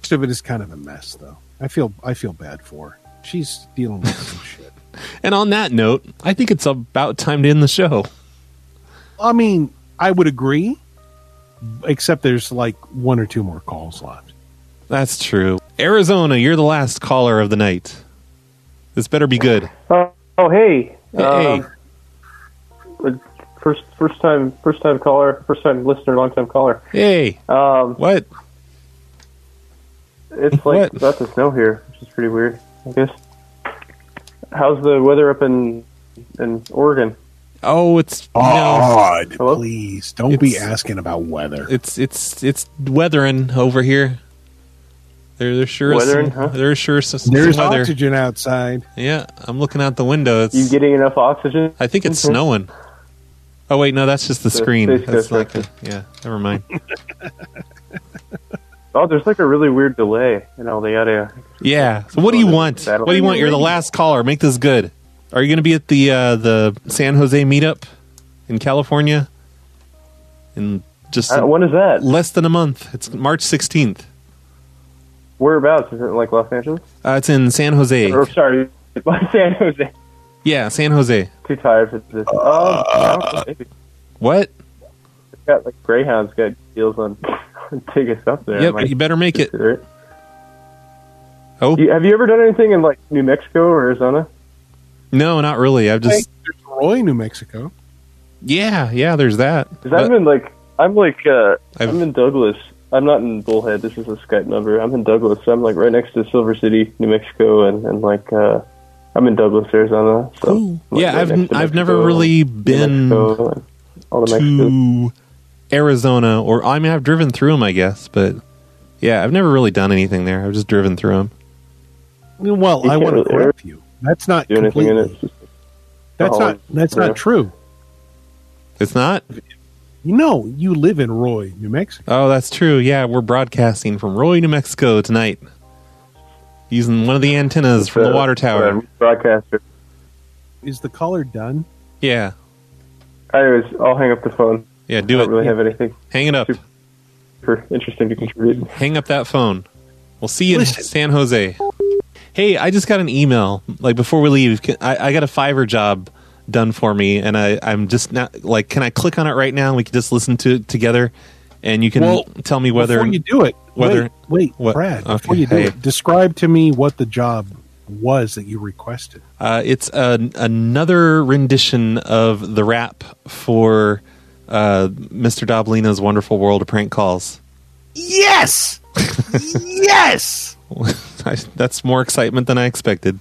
Most of it is kind of a mess, though. I feel I feel bad for her. She's dealing [LAUGHS] with some shit. And on that note, I think it's about time to end the show. I mean, I would agree, except there's like one or two more calls left. That's true. Arizona, you're the last caller of the night. This better be good. Oh, oh hey. Hey. Um, first, first time, first time caller, first time listener, long time caller. Hey. Um, what? It's like about to snow here, which is pretty weird. I guess. How's the weather up in in Oregon? Oh, it's God, Hello? please don't be asking about weather. It's it's it's weathering over here. There there sure Weathering, is some, huh? there sure is some, some There's weather. oxygen outside. Yeah, I'm looking out the window. It's, You getting enough oxygen? I think it's Mhm. snowing. Oh wait, no, that's just the The screen. face That's goes like the, yeah. Never mind. Oh, there's like a really weird delay. You know, they gotta. Yeah. So what do you want? That'll- what do you want? You're the last caller. Make this good. Are you going to be at the uh, the San Jose meetup in California? In just Uh, when is that? Less than a month. It's March 16th. Whereabouts? Is it like Los Angeles? Uh, it's in San Jose. Or, sorry, [LAUGHS] San Jose. Yeah, San Jose. [LAUGHS] Too tired for Uh, this. Oh, I don't know, maybe. What? It's got like Greyhound's got deals on [LAUGHS] on tickets up there. Yep, Might you better make it. consider it. Oh, You- have you ever done anything in like New Mexico or Arizona? No, not really. I've just there's Roy, New Mexico. yeah, yeah. There's that. Because I've But- been like, I'm like, uh, I'm in Douglas. I'm not in Bullhead. This is a Skype number. I'm in Douglas. I'm like right next to Silver City, New Mexico, and and like, uh, I'm in Douglas, Arizona. So like, yeah, right I've next to I've Mexico, never really New been Mexico, and all the Mexicans. to Arizona, or I mean, I've driven through them, I guess, but yeah, I've never really done anything there. I've just driven through them. Well, You Oh, I can't want to really correct you. That's not do anything in it. completely. That's Oh, not. That's yeah. not true. It's not. No, you live in Roy, New Mexico. Oh, that's true. Yeah, we're broadcasting from Roy, New Mexico tonight, using one of the antennas from the uh, water tower. uh, Broadcaster. Is the caller done? Yeah, Anyways, I'll hang up the phone. Yeah, do I don't really have anything. Hang it up. Super interesting to contribute. hang up that phone. We'll see you in San Jose. Hey, I just got an email. Like before we leave, can, I, I got a Fiverr job done for me, and I, I'm just not like, can I click on it right now? We can just listen to it together, and you can Well, tell me whether before you do it, whether wait, wait what- Brad, before okay, you do hey. it, describe to me what the job was that you requested. Uh, it's an another rendition of the rap for uh, Mr. Doblina's Wonderful World of Prank Calls. [LAUGHS] Yes! yes! [LAUGHS] I- That's more excitement than I expected.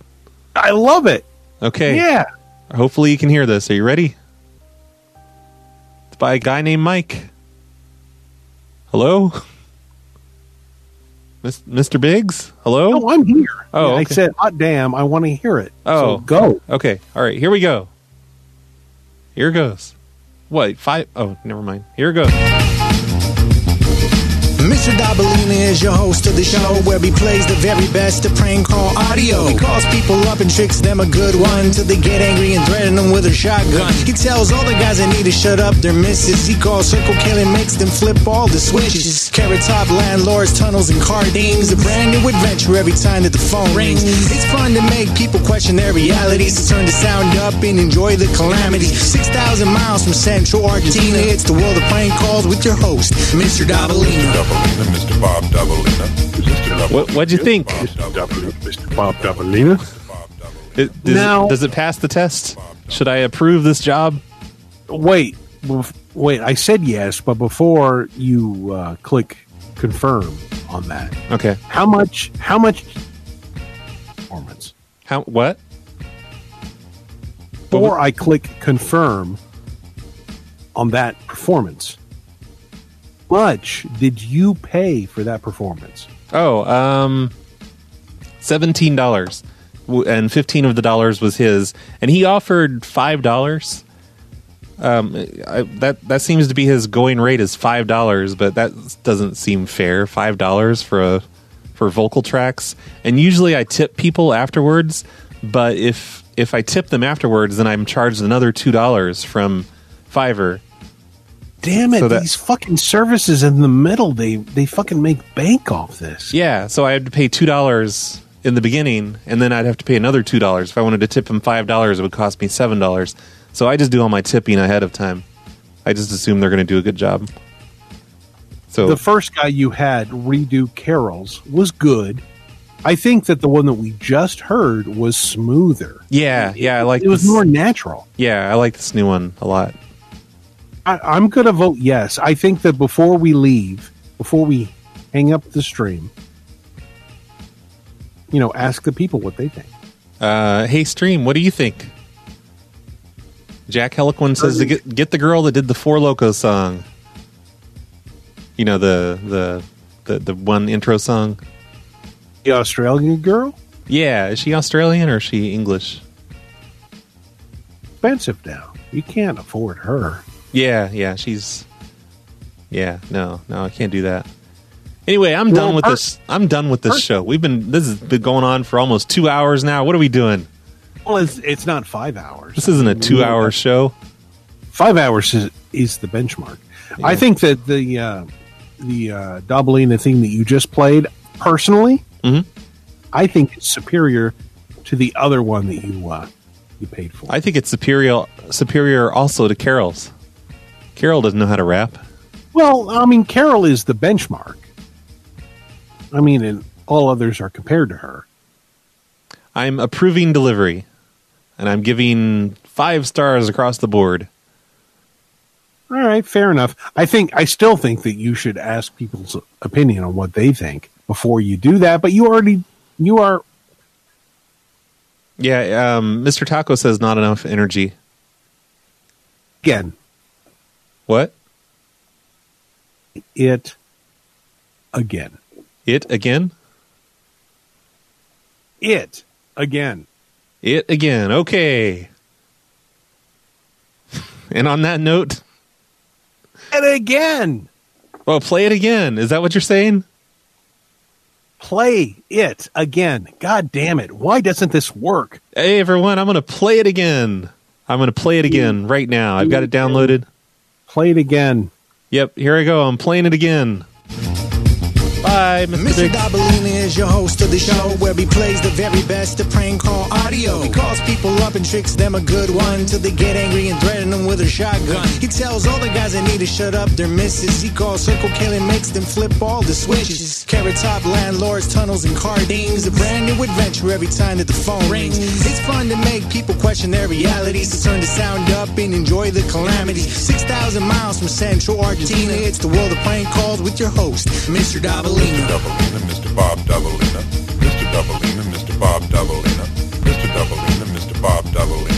I love it. [LAUGHS] Okay. Yeah. Hopefully you can hear this. Are you ready? It's by a guy named Mike. Hello? Mis- Mr. Biggs? Hello? No, I'm here. Oh, Yeah, I okay. said, hot damn, I want to hear it. Oh, So go. Okay. All right. Here we go. Here goes. What? Five? Oh, never mind. Here goes. Mr. Dabalina is your host of the show where he plays the very best of prank call audio. He calls people up and tricks them a good one till they get angry and threaten them with a shotgun. He tells all the guys they need to shut up their misses. He calls Circle K and makes them flip all the switches. Carrot top landlords, tunnels, and car dings. A brand new adventure every time that the phone rings. It's fun to make people question their realities. To turn the sound up and enjoy the calamity. 6,000 miles from central Argentina, it's the world of prank calls with your host, Mr. Dabalina. Dabalina, Mr. Bob Dabalina. What, what'd you think? Mr. Bob Dabalina? It, does, Now- it, does it pass the test? Should I approve this job? Wait, bef- wait. I said yes, but before you uh, click confirm on that, Okay. how much? How much? Performance. How? What? Before I click confirm on that performance, much did you pay for that performance? Oh, um, seventeen dollars, and fifteen of the dollars was his, and he offered five dollars. Um, I, that that seems to be his going rate is five dollars, but that doesn't seem fair. Five dollars for a for vocal tracks, and usually I tip people afterwards. But if if I tip them afterwards, then I'm charged another two dollars from Fiverr. Damn it! So that- these fucking services in the middle, they they fucking make bank off this. Yeah, so I had to pay two dollars in the beginning, and then I'd have to pay another two dollars if I wanted to tip him five dollars. It would cost me seven dollars. So I just do all my tipping ahead of time. I just assume they're going to do a good job. So the first guy you had redo carols was good. I think that the one that we just heard was smoother. yeah, yeah, I like It was this. more natural. yeah, I like this new one a lot. I, I'm going to vote yes. I think that before we leave, before we hang up the stream, you know, ask the people what they think. Uh, hey, stream, what do you think? Jack Heliquin says to get get the girl that did the Four Locos song. You know the the the, the one intro song. The Australian girl, Yeah, is she Australian or is she English? expensive now. You can't afford her. Yeah, yeah, she's. Yeah, no, no, I can't do that. Anyway, I'm Well, done with our- this. I'm done with this our- show. We've been this has been going on for almost two hours now. What are we doing? Well, it's, it's not five hours. This isn't a two-hour show. Five hours is, is the benchmark. I think that the uh, the uh, Dabalina thing that you just played, personally, I think it's superior to the other one that you uh, you paid for. I think it's superior superior also to Carol's. Carol doesn't know how to rap. Well, I mean, Carol is the benchmark. I mean, and all others are compared to her. I'm approving delivery, and I'm giving five stars across the board. All right, fair enough. I think I still think that you should ask people's opinion on what they think before you do that. But you already you are Yeah, um, Mr. Taco says not enough energy. Again. What? It again. It again? It again. It again. Okay. [LAUGHS] And on that note, and again. Well, play it again. Is that what you're saying? Play it again. God damn it! Why doesn't this work? Hey everyone, I'm going to play it again. I'm going to play it again right now. I've got it downloaded. Play it again. Yep, here I go. I'm playing it again. Bye, Mr. Dabalina is your host of the show where he plays the very best of prank call audio. He calls people up and tricks them a good one till they get angry and threaten them with a shotgun. He tells all the guys that need to shut up their misses. He calls Circle K and makes them flip all the switches. Carrot top landlords, tunnels, and car dings. A brand new adventure every time that the phone rings. It's fun to make people question their realities. To turn the sound up and enjoy the calamity. 6,000 miles from Central Argentina, it's the world of prank calls with your host, Mr. Dabalina. Doubleina, Mr. Bob Doubleina, Mr. Doubleina, Mr. Bob Doubleina, Mr. Doubleina, Mr. Bob Doubleina.